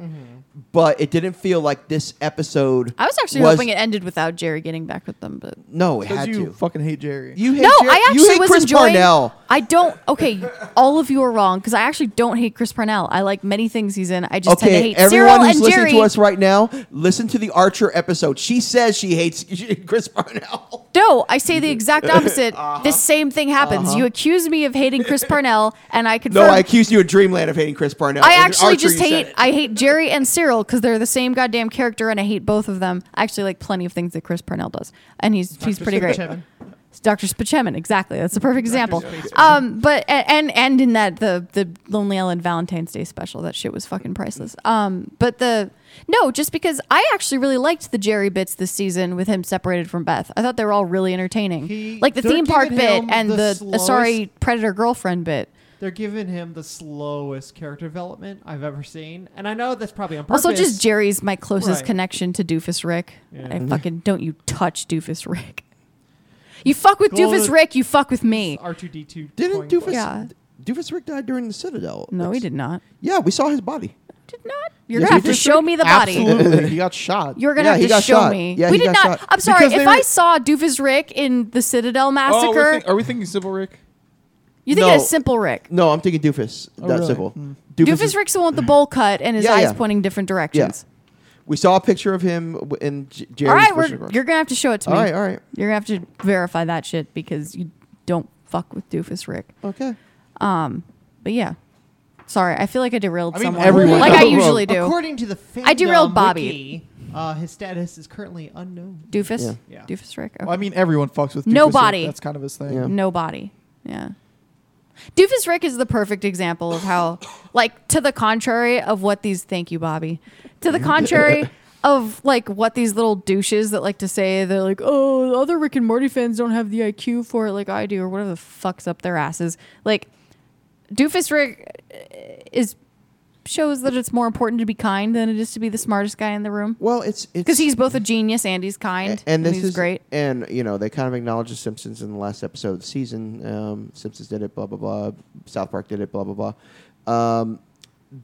S2: but it didn't feel like this episode.
S1: I was actually
S2: was-
S1: hoping it ended without Jerry getting back with them, but
S2: No, it
S4: 'Cause
S2: had
S4: you
S2: to.
S4: fucking hate Jerry.
S2: You hate
S1: no,
S2: Jer-
S1: I
S2: you
S1: actually
S2: hate
S1: was
S2: Chris
S1: enjoying.
S2: Parnell.
S1: I don't. Okay, all of you are wrong because I actually don't hate Chris Parnell. I like many things he's in. I just tend to
S2: Okay,
S1: hate
S2: everyone
S1: Cyril
S2: who's
S1: and
S2: listening
S1: Jerry.
S2: to us right now, listen to the Archer episode. She says she hates *laughs* Chris Parnell.
S1: No, I say the
S2: *laughs*
S1: exact opposite.
S2: Uh-huh.
S1: The same thing happens. You accuse me of hating Chris Parnell, and I
S2: No,
S1: confirm.
S2: I accused you of Dreamland of hating Chris Parnell.
S1: I
S2: And
S1: actually
S2: Archer,
S1: just
S2: you said
S1: hate
S2: it.
S1: I hate Jerry and Cyril because they're the same goddamn character, and I hate both of them. I actually like plenty of things that Chris Parnell does, and he's he's
S3: Dr.
S1: pretty great.
S3: Schiffman.
S1: Dr. Spaceman, exactly. That's the
S3: Mm-hmm.
S1: perfect example. Um, but a- and and in that the the Lonely Island Valentine's Day special, that shit was fucking priceless. Um, but the no, just because I actually really liked the Jerry bits this season with him separated from Beth. I thought they were all really entertaining,
S3: He-
S1: like the
S3: they're
S1: theme park
S3: giving
S1: bit
S3: him
S1: and
S3: the
S1: the, uh,
S3: slowest-
S1: sorry predator girlfriend bit.
S3: They're giving him the slowest character development I've ever seen, and I know that's probably on purpose.
S1: Also, just Jerry's my closest
S3: Right.
S1: connection to Doofus Rick.
S3: Yeah.
S1: I fucking don't you touch Doofus Rick. *laughs* You fuck with
S3: Golden-
S1: Doofus Rick, you fuck with me.
S3: R two D two.
S2: Didn't Doofus?
S1: Yeah.
S2: Doofus Rick died during the Citadel.
S1: No, he did not.
S2: Yeah, we saw his body.
S1: Did not. You're
S2: Yes,
S1: gonna
S2: he
S1: have to
S2: did.
S1: show me the body.
S4: Absolutely. he got shot.
S1: You're gonna
S2: Yeah, he
S1: have to
S2: got
S1: show
S2: shot.
S1: me.
S2: Yeah,
S1: we
S2: he
S1: did
S2: got
S1: not.
S2: shot.
S1: I'm sorry.
S4: Because
S1: If
S4: they
S1: I
S4: were-
S1: saw Doofus Rick in the Citadel
S4: Oh,
S1: massacre,
S4: we think- are we thinking Civil Rick?
S1: you think
S2: No.
S1: of simple Rick.
S2: No, I'm thinking Doofus.
S4: Oh,
S2: That's
S4: really?
S2: simple.
S4: Mm.
S1: Doofus,
S2: is-
S1: Rick's the one with the bowl cut and his
S2: Yeah,
S1: eyes
S2: yeah.
S1: pointing different directions.
S2: We saw a picture of him w- in J- Jerry's.
S1: All right,
S2: version
S1: we're,
S2: of-
S1: you're gonna have to show it to
S2: all
S1: me.
S2: right, all right,
S1: You're gonna have to verify that shit because you don't fuck with Doofus Rick.
S2: okay.
S1: But yeah. Sorry, I feel like I derailed
S4: I mean,
S1: someone.
S4: everyone
S1: like
S4: does.
S1: I usually do.
S3: According to the fandom
S1: I derailed Bobby.
S3: Wiki, uh, his status is currently unknown.
S1: Doofus?
S3: Yeah. Yeah.
S1: Doofus Rick.
S4: Well, I mean, everyone fucks with Doofus
S1: Nobody.
S4: Rick. That's kind of his thing.
S2: Yeah.
S1: Nobody. Yeah. Doofus Rick is the perfect example of how, *coughs* like, to the contrary of what these, thank you, Bobby, to the
S2: *laughs*
S1: contrary of, like, what these little douches that like to say, they're like, oh, other Rick and Morty fans don't have the IQ for it like I do, or whatever the fuck's up their asses. Like, Doofus Rick uh, is shows that it's more important to be kind than it is to be the smartest guy in the room.
S2: Well, it's it's
S1: because he's both a genius and he's
S2: a-
S1: kind
S2: and,
S1: and,
S2: this
S1: he's
S2: is
S1: great.
S2: And you know they kind of acknowledged the Simpsons in the last episode of the season. Um, Simpsons did it, blah blah blah. South Park did it, blah blah blah. Um,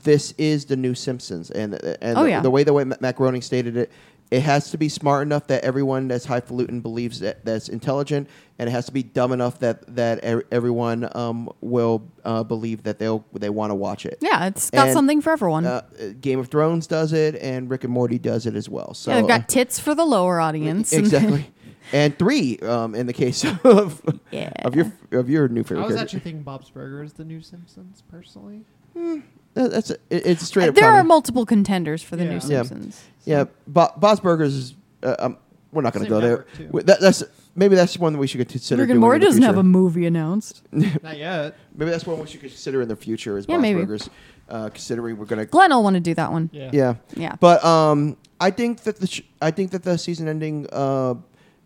S2: this is the new Simpsons, and and
S1: Oh,
S2: the,
S1: yeah.
S2: the way the way Ma- Mac Groening stated it, it has to be smart enough that everyone that's highfalutin believes that that's intelligent, and it has to be dumb enough that that e- everyone um, will uh, believe that they'll they want to watch it.
S1: Yeah, it's got
S2: And,
S1: something for everyone.
S2: Uh, uh, Game of Thrones does it, and Rick and Morty does it as well. So
S1: yeah, they've
S2: uh,
S1: got tits for the lower audience. *laughs* and-
S2: exactly. and three, um, in the case *laughs* of
S1: Yeah.
S2: of your of your new
S3: I
S2: favorite.
S3: was
S2: character.
S3: actually thinking Bob's Burgers, the new Simpsons, personally.
S2: Hmm, That- that's it, it's straight
S1: there
S2: up. comedy.
S1: are multiple contenders for the
S3: Yeah.
S1: new
S2: Yeah.
S1: Simpsons.
S2: yeah, Bo- Boss Burgers. Is, uh, um, we're not going to
S3: Same
S2: go there.
S3: network, too.
S2: W- That, that's maybe that's one that we should consider.
S1: Rick
S2: doing
S1: and Morty
S2: in the
S1: doesn't have a
S2: future.
S1: movie announced.
S3: Not yet.
S2: *laughs* Maybe that's one we should consider in the future. Is
S1: Yeah,
S2: Boss
S1: maybe.
S2: Burgers, uh, considering we're going to.
S1: Glenn will want to do that one.
S3: Yeah.
S2: Yeah.
S1: Yeah.
S2: But um, I think that the sh- I think that the season ending uh,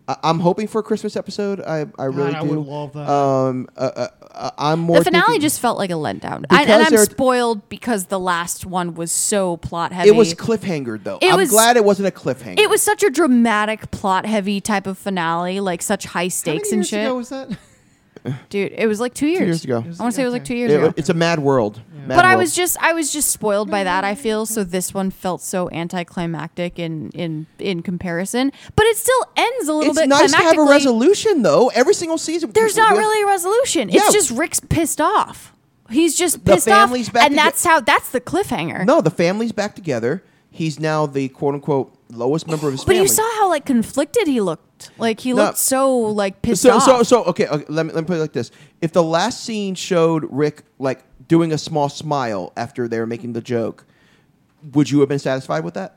S2: I- I'm hoping for a Christmas episode. I, I really
S3: I
S2: do.
S3: would love that.
S2: Um, uh, uh, uh, I'm more
S1: the finale
S2: thinking-
S1: just felt like a letdown. I,
S2: Because
S1: and I'm
S2: there-
S1: spoiled because the last one was so plot heavy.
S2: It was cliffhangered though.
S1: It
S2: I'm
S1: was-
S2: glad it wasn't a cliffhanger.
S1: It was such a dramatic, plot heavy type of finale, like such high
S3: How many
S1: stakes and
S3: years
S1: shit.
S3: ago was that? *laughs*
S1: Dude, it was like two years.
S2: years ago.
S1: I want to say it was like
S3: Okay.
S1: two years
S2: It-
S1: ago.
S2: it's a mad world. Mad
S1: but I
S2: world.
S1: was just I was just spoiled by that. I feel so this one felt so anticlimactic in in in comparison. But it still ends a little
S2: It's
S1: bit.
S2: nice to have a
S1: climactically.
S2: resolution though. Every single season.
S1: There's not
S2: we have-
S1: really a resolution. It's
S2: Yeah.
S1: just Rick's pissed off. He's just
S2: The
S1: pissed off,
S2: family's back
S1: and
S2: toge-
S1: that's how that's the cliffhanger.
S2: No, the family's back together. He's now the quote unquote lowest member of his
S1: but
S2: family.
S1: you saw how like conflicted he looked. Like he
S2: No.
S1: looked so like pissed
S2: so,
S1: off.
S2: so, so, okay, okay let, me, let me put it like this. If the last scene showed Rick, like, doing a small smile after they were making the joke, would you have been satisfied with that?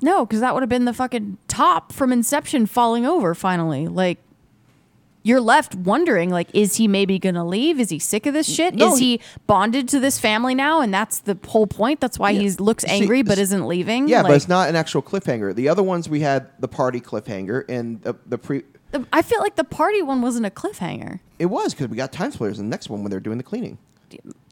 S1: No, because that would have been the fucking top from Inception falling over finally. Like, you're left wondering, like, is he maybe going to leave? Is he sick of this shit?
S2: No,
S1: is
S2: he-
S1: he bonded to this family now? And that's the whole point. That's why he looks
S2: See,
S1: angry but
S2: s-
S1: isn't leaving.
S2: Yeah,
S1: Mm,
S2: but
S1: Like,
S2: it's not an actual cliffhanger. The other ones, we had the party cliffhanger, and the, the pre.
S1: the- I feel like the party one wasn't a cliffhanger.
S2: It was because we got time spoilers in the next one when they're doing the cleaning.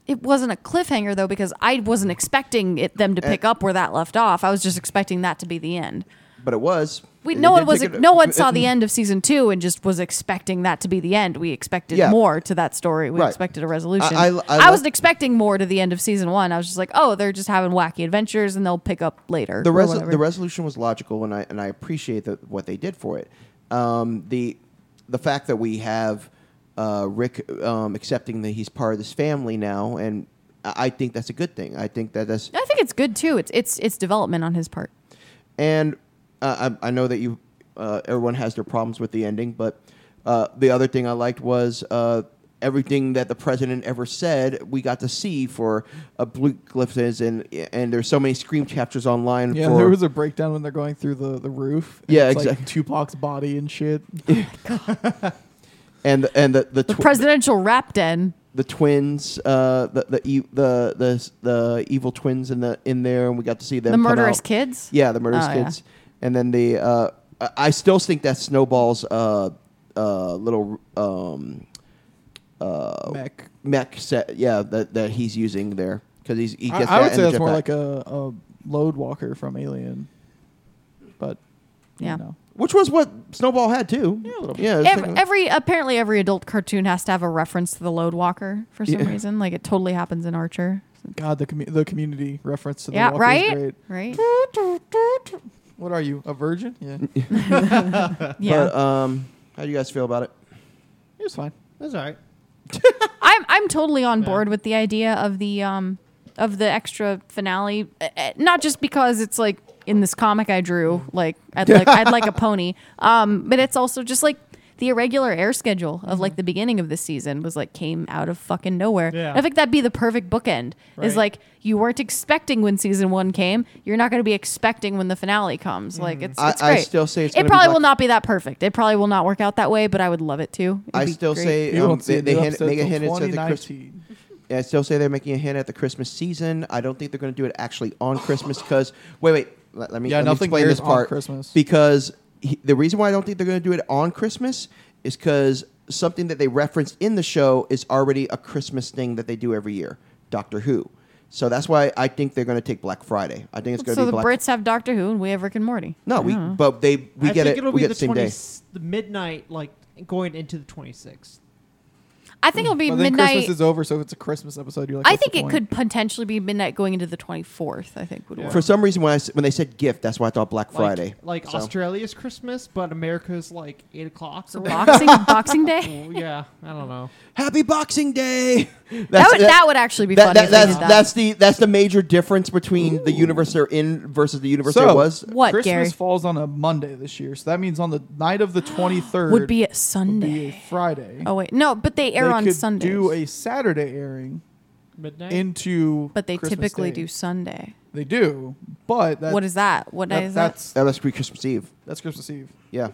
S1: It wasn't a cliffhanger though because I wasn't expecting it, them to
S2: And-
S1: pick up where that left off. I was just expecting that to be the end.
S2: But it was.
S1: We,
S2: It
S1: no one
S2: did
S1: was
S2: take it-
S1: no one saw the end of season two and just was expecting that to be the end. We expected
S2: Yeah.
S1: more to that story. We
S2: Right.
S1: expected a resolution. I,
S2: I- I- I
S1: wasn't
S2: like-
S1: expecting more to the end of season one. I was just like, oh, they're just having wacky adventures and they'll pick up later.
S2: the
S1: or
S2: res-
S1: whatever.
S2: the resolution was logical, and I and I appreciate that what they did for it. Um, the the fact that we have uh, Rick um, accepting that he's part of this family now, and I I think that's a good thing. I think that that's
S1: I think it's good too. It's it's it's development on his part.
S2: and uh, I, I know that you uh, everyone has their problems with the ending, but uh, the other thing I liked was uh, everything that the president ever said. We got to see for uh, blue glyphs and and there's so many screen captures online.
S4: Yeah,
S2: for,
S4: there was a breakdown when they're going through the, the roof. and
S2: Yeah,
S4: it's, like,
S2: exact-
S4: Tupac's body and shit.
S2: and and the the,
S1: The
S2: tw-
S1: presidential rap den.
S2: the twins, uh, the the, e- the the the evil twins in the in there, and we got to see them.
S1: The
S2: come
S1: murderous
S2: out.
S1: kids?
S2: Yeah, the murderous
S1: Oh, yeah.
S2: kids, and then the uh, I- I still think that snowballs uh, uh, little um, uh,
S4: Mech.
S2: mech set. Yeah, that that he's using there because he's he
S4: I,
S2: gets
S4: I
S2: that
S4: would
S2: and
S4: say
S2: the
S4: that's more
S2: jetpack.
S4: like a, a load walker from Alien. But you
S1: Yeah.
S4: know.
S2: which was what Snowball had too. Yeah,
S4: a little bit.
S2: Yeah, it's
S1: Every,
S2: like a-
S1: every apparently every adult cartoon has to have a reference to the load walker for some
S2: Yeah.
S1: reason. Like it totally happens in
S2: *laughs*
S1: Archer.
S4: God, the commu the community reference to the
S1: yeah,
S4: walker is
S1: right?
S4: great.
S1: Right?
S4: What are you, a virgin?
S2: *laughs*
S4: Yeah,
S1: Yeah.
S2: But, um, how do you guys feel about it?
S4: it was fine.
S3: That's all right.
S1: I'm I'm totally on
S3: Yeah.
S1: board with the idea of the um of the extra finale, Uh, uh, not just because it's like in this comic I drew, like I'd like I'd like
S3: *laughs*
S1: a pony, um, but it's also just like the irregular air schedule of like the beginning of this season was like came out of fucking nowhere.
S3: Mm-hmm. Yeah.
S1: I think that'd be the perfect bookend. Is
S3: Right.
S1: like you weren't expecting when season one came, you're not going to be expecting when the finale comes.
S3: Mm.
S1: Like it's,
S2: I-
S1: it's
S2: I
S1: great.
S2: still say it's
S1: it
S2: gonna be
S1: probably
S2: Black-
S1: will not be that perfect. It probably will not work out that way, but I would love it too. It'd
S2: I
S1: be
S2: still
S1: great.
S2: say
S4: You
S2: um,
S4: won't see
S2: they,
S4: a
S2: they
S4: new
S2: hint,
S4: episode
S2: make a
S4: till
S2: hint at the Christmas
S4: 2019.
S2: Yeah, I still say they're making a hint at the Christmas season. I don't think they're going to do it actually on Christmas because wait, wait, let, let me
S4: Yeah,
S2: let me
S4: nothing
S2: explain
S4: airs
S2: this
S4: on
S2: part.
S4: Christmas.
S2: because he, the reason why I don't think they're going to do it on Christmas is because something that they referenced in the show is already a Christmas thing that they do every year, Doctor Who. So that's why I think they're going to take Black Friday. I think it's going
S1: so
S2: to be
S1: the
S2: Black.
S1: Brits have Doctor Who and we have Rick and Morty.
S2: no, we
S1: Oh.
S2: but they we
S3: I
S2: get
S3: think
S2: it.
S3: will
S2: we
S3: be
S2: get
S3: the
S2: the same
S3: 20,
S2: day.
S3: the midnight, like going into the 26th.
S1: I think it'll be
S4: But then
S1: midnight.
S4: Christmas is over, so if it's a Christmas episode, you're like,
S1: I
S4: what's the
S1: think it
S4: point?
S1: could potentially be midnight going into the 24th. I think would
S3: Yeah.
S1: work.
S2: For some reason, when I s- when they said gift, that's why I thought Black
S3: Like-
S2: Friday.
S3: Like
S2: So-
S3: Australia's Christmas, but America's like 8 o'clock.
S1: So
S3: or
S1: boxing Boxing Day.
S3: whatever. *laughs* yeah, I don't know.
S2: Happy Boxing Day. *laughs*
S1: That would that would actually be
S2: that,
S1: funny.
S2: that,
S1: if they
S2: that's,
S1: did that.
S2: that's the that's the major difference between the universe they're in versus the universe
S4: So-
S2: there was.
S1: what
S4: Christmas
S1: Gary
S4: falls on a Monday this year, so that means on the night of the
S1: *gasps*
S4: 23rd
S1: would be a
S4: would
S1: Sunday.
S4: be a Friday.
S1: oh wait, no, but they air
S4: they
S1: on
S4: could
S1: Sundays.
S4: do a Saturday airing
S3: Midnight?
S4: into,
S1: but they
S4: Christmas
S1: typically
S4: Day.
S1: do Sunday.
S4: They do, but that,
S1: what is that? What
S4: that,
S1: day is that?
S4: that's
S2: That must be Christmas Eve.
S4: that's Christmas Eve.
S2: Yeah.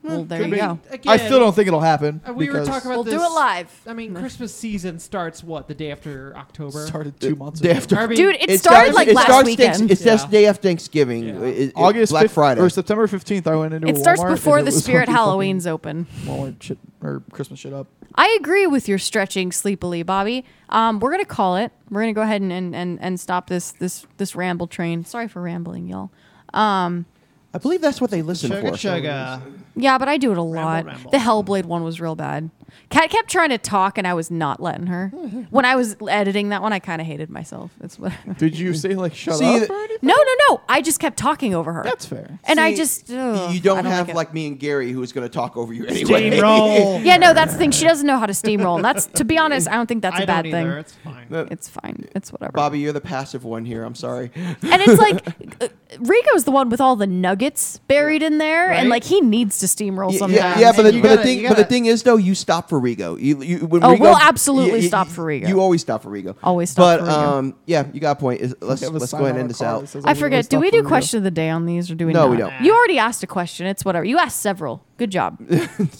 S1: Well, there
S3: I
S1: you
S3: mean,
S1: go.
S3: Again,
S4: I still don't think it'll happen.
S3: uh, We were
S4: because
S3: talking
S1: We'll
S3: about
S1: do
S3: this-
S1: it live.
S3: I mean, Christmas season starts what the day after October.
S4: started two months
S2: Day
S4: ago.
S2: after-
S3: I mean,
S1: Dude, it, started
S2: starts-
S1: like
S2: it
S1: last
S2: starts
S1: weekend.
S2: Thanks, it's just
S3: Yeah.
S2: day after Thanksgiving.
S3: Yeah.
S2: It- it-
S4: August
S2: Black
S4: 5th
S2: Friday.
S4: or September fifteenth. I went into
S1: it
S4: a
S1: starts
S4: Walmart
S1: before
S4: and
S1: the
S4: it was
S1: spirit
S4: *laughs* fucking
S1: Halloween's open.
S4: Walmart shit or Christmas shit up.
S1: I agree with your stretching sleepily, Bobby. Um, we're gonna call it. We're gonna go ahead and, and, and, and stop this this this ramble train. Sorry for rambling, y'all. Um,
S2: I believe that's what they listen
S3: Sugar,
S2: for.
S3: sugar.
S1: yeah, but I do it a lot.
S3: ramble.
S1: The Hellblade one was real bad. Kat kept trying to talk, and I was not letting
S3: *laughs*
S1: her. when I was editing that one, I kind of hated myself. It's what. *laughs*
S4: Did you say like shut
S2: See,
S4: up?
S2: th-
S4: or anything?
S1: no, no, no. I just kept talking over her,
S4: that's fair.
S1: and I
S2: See,
S1: just ugh,
S2: you don't,
S1: I
S2: have
S1: it.
S2: like, me and Gary who's going to talk over you *laughs* anyway.
S3: Steamroll.
S1: *laughs* Yeah, no, that's the
S2: *laughs*
S1: thing. She doesn't know how to steamroll. And that's to be honest, I don't think that's a
S3: I
S1: bad
S3: don't
S1: thing.
S3: Either. It's fine.
S1: It's fine. It's whatever.
S2: Bobby, you're the passive one here. I'm sorry.
S1: and it's like uh, Rico's the one with all the nuggets buried in there, and
S3: Right?
S1: like he needs to steamroll
S2: Yeah,
S1: sometimes.
S2: yeah, yeah, but,
S3: And
S2: the,
S3: you
S2: but, the
S3: gotta-
S2: thing,
S3: you
S2: but the
S3: gotta-
S2: thing is, though, you stop for Rigo. You, you, when
S1: Oh,
S2: Rigo-
S1: we'll absolutely
S2: you- you-
S1: stop for Rigo.
S2: You always stop for Rigo.
S1: Always stop
S2: but,
S1: for Rigo.
S2: um, yeah, you got a point. Is- Let's,
S4: Have a
S2: let's go
S4: sign
S2: ahead and
S4: on
S2: end
S4: the
S2: this
S4: car
S2: out.
S4: that says,
S1: I
S4: "Leave your
S1: forget. Do
S4: stuff
S1: we
S4: for
S1: do
S4: Rigo."
S1: question of the day on these, or do we?
S2: No,
S1: not?
S2: we
S3: don't.
S1: You already asked a question. It's whatever. You asked several. Good job.
S2: *laughs*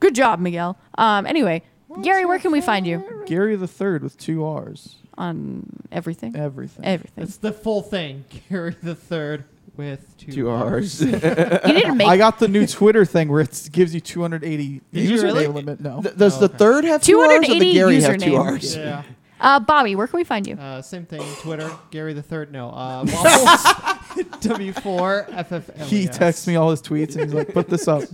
S1: Good job, Miguel. Um. Anyway, Gary, where can we find you
S4: Gary the Third with two R's.
S1: on everything?
S4: Everything.
S1: Everything.
S3: It's the full thing. *laughs* Gary the third with two,
S2: Two R's.
S1: You need
S4: *laughs*
S1: to
S4: I
S1: make
S4: got the new Twitter thing where it gives you 280
S3: Did you
S4: username
S3: really?
S4: limit. No,
S2: Th- Does
S3: Oh,
S2: the
S3: okay.
S2: third have two R's or
S1: 280
S2: the Gary have two
S1: username.
S2: R's?
S3: Yeah.
S1: uh, Bobby. Where can we find you?
S3: Uh, same thing. Twitter. Gary the third. No.
S4: *laughs*
S3: Uh, Waffles. *laughs* W4 FFLES.
S4: he texts me all his tweets and he's like, "Put this *laughs* up."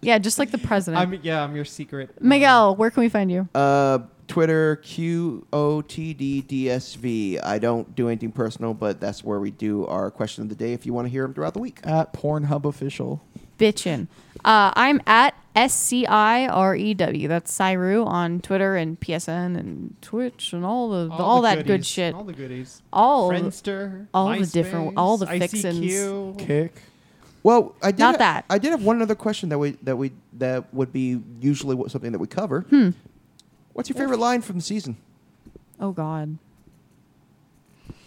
S1: Yeah, just like the president.
S3: I'm yeah. I'm your secret.
S1: Miguel, where can we find you?
S2: Uh, Twitter Q O T D D S V. I don't do anything personal, but that's where we do our question of the day. If you want to hear them throughout the week,
S4: At Pornhub official.
S1: Bitchin. Uh, I'm at S C I R E W. That's Cyru on Twitter and PSN and Twitch and all the all,
S3: the
S1: that good
S3: goodies,
S1: shit.
S3: All the goodies.
S1: All
S3: Friendster.
S1: all the different-
S3: MySpace,
S1: all the
S3: ICQ.
S4: Kick.
S2: well, I did
S1: Not
S2: ha-
S1: that.
S2: I did have one other question that we that we that would be usually what, something that we cover.
S1: Hmm.
S2: What's your favorite line from the season?
S1: oh god,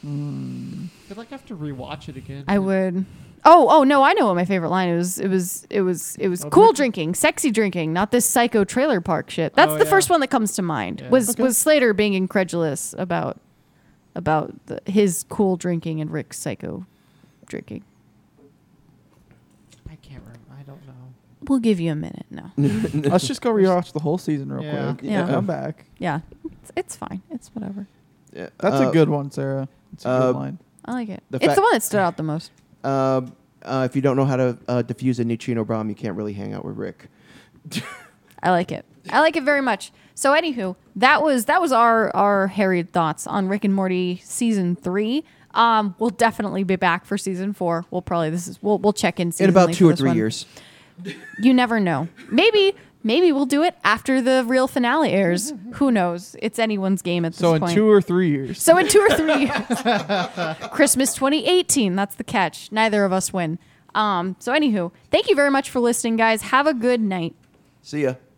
S4: Hmm.
S3: I feel like I have to rewatch it again.
S1: I would. Oh oh no, I know what my favorite line is. It was it was it was
S3: Oh,
S1: cool
S3: bitchin'.
S1: drinking, sexy drinking, not this psycho trailer park shit. That's
S3: Oh,
S1: the
S3: yeah.
S1: first one that comes to mind.
S3: Yeah.
S1: Was
S4: Okay.
S1: was Slater being incredulous about about the, his cool drinking and Rick's psycho drinking?
S3: I can't remember. I don't know.
S1: We'll give you a minute. No.
S4: *laughs* Let's *laughs* just go rewatch the whole season real
S3: Yeah.
S4: quick.
S1: Yeah.
S4: Come back.
S1: Yeah, it's, it's fine. It's whatever.
S2: *laughs* Yeah,
S4: That's
S2: uh,
S4: a good one, Sarah. It's a
S2: uh,
S4: good line.
S1: I like it.
S2: The
S1: it's
S2: fact-
S1: the one that stood out the most.
S2: Um, uh, if you don't know how to uh, diffuse a neutrino bomb, you can't really hang out with Rick.
S1: I like it. I like it very much. So, anywho, that was that was our our harried thoughts on Rick and Morty season three. Um, we'll definitely be back for season four. We'll probably this is we'll we'll check in
S2: In
S1: seasonally
S2: about
S1: for
S2: two or
S1: this
S2: three
S1: one.
S2: years.
S1: You never know. Maybe maybe we'll do it after the real finale
S2: *laughs*
S1: airs. Who knows? It's anyone's game at this
S4: So in
S1: *laughs* point.
S4: two or three years.
S1: So in two or
S4: *laughs*
S1: three years, Christmas 2018. That's the catch. Neither of us win. Um, so anywho, thank you very much for listening, guys. Have a good night.
S2: See ya.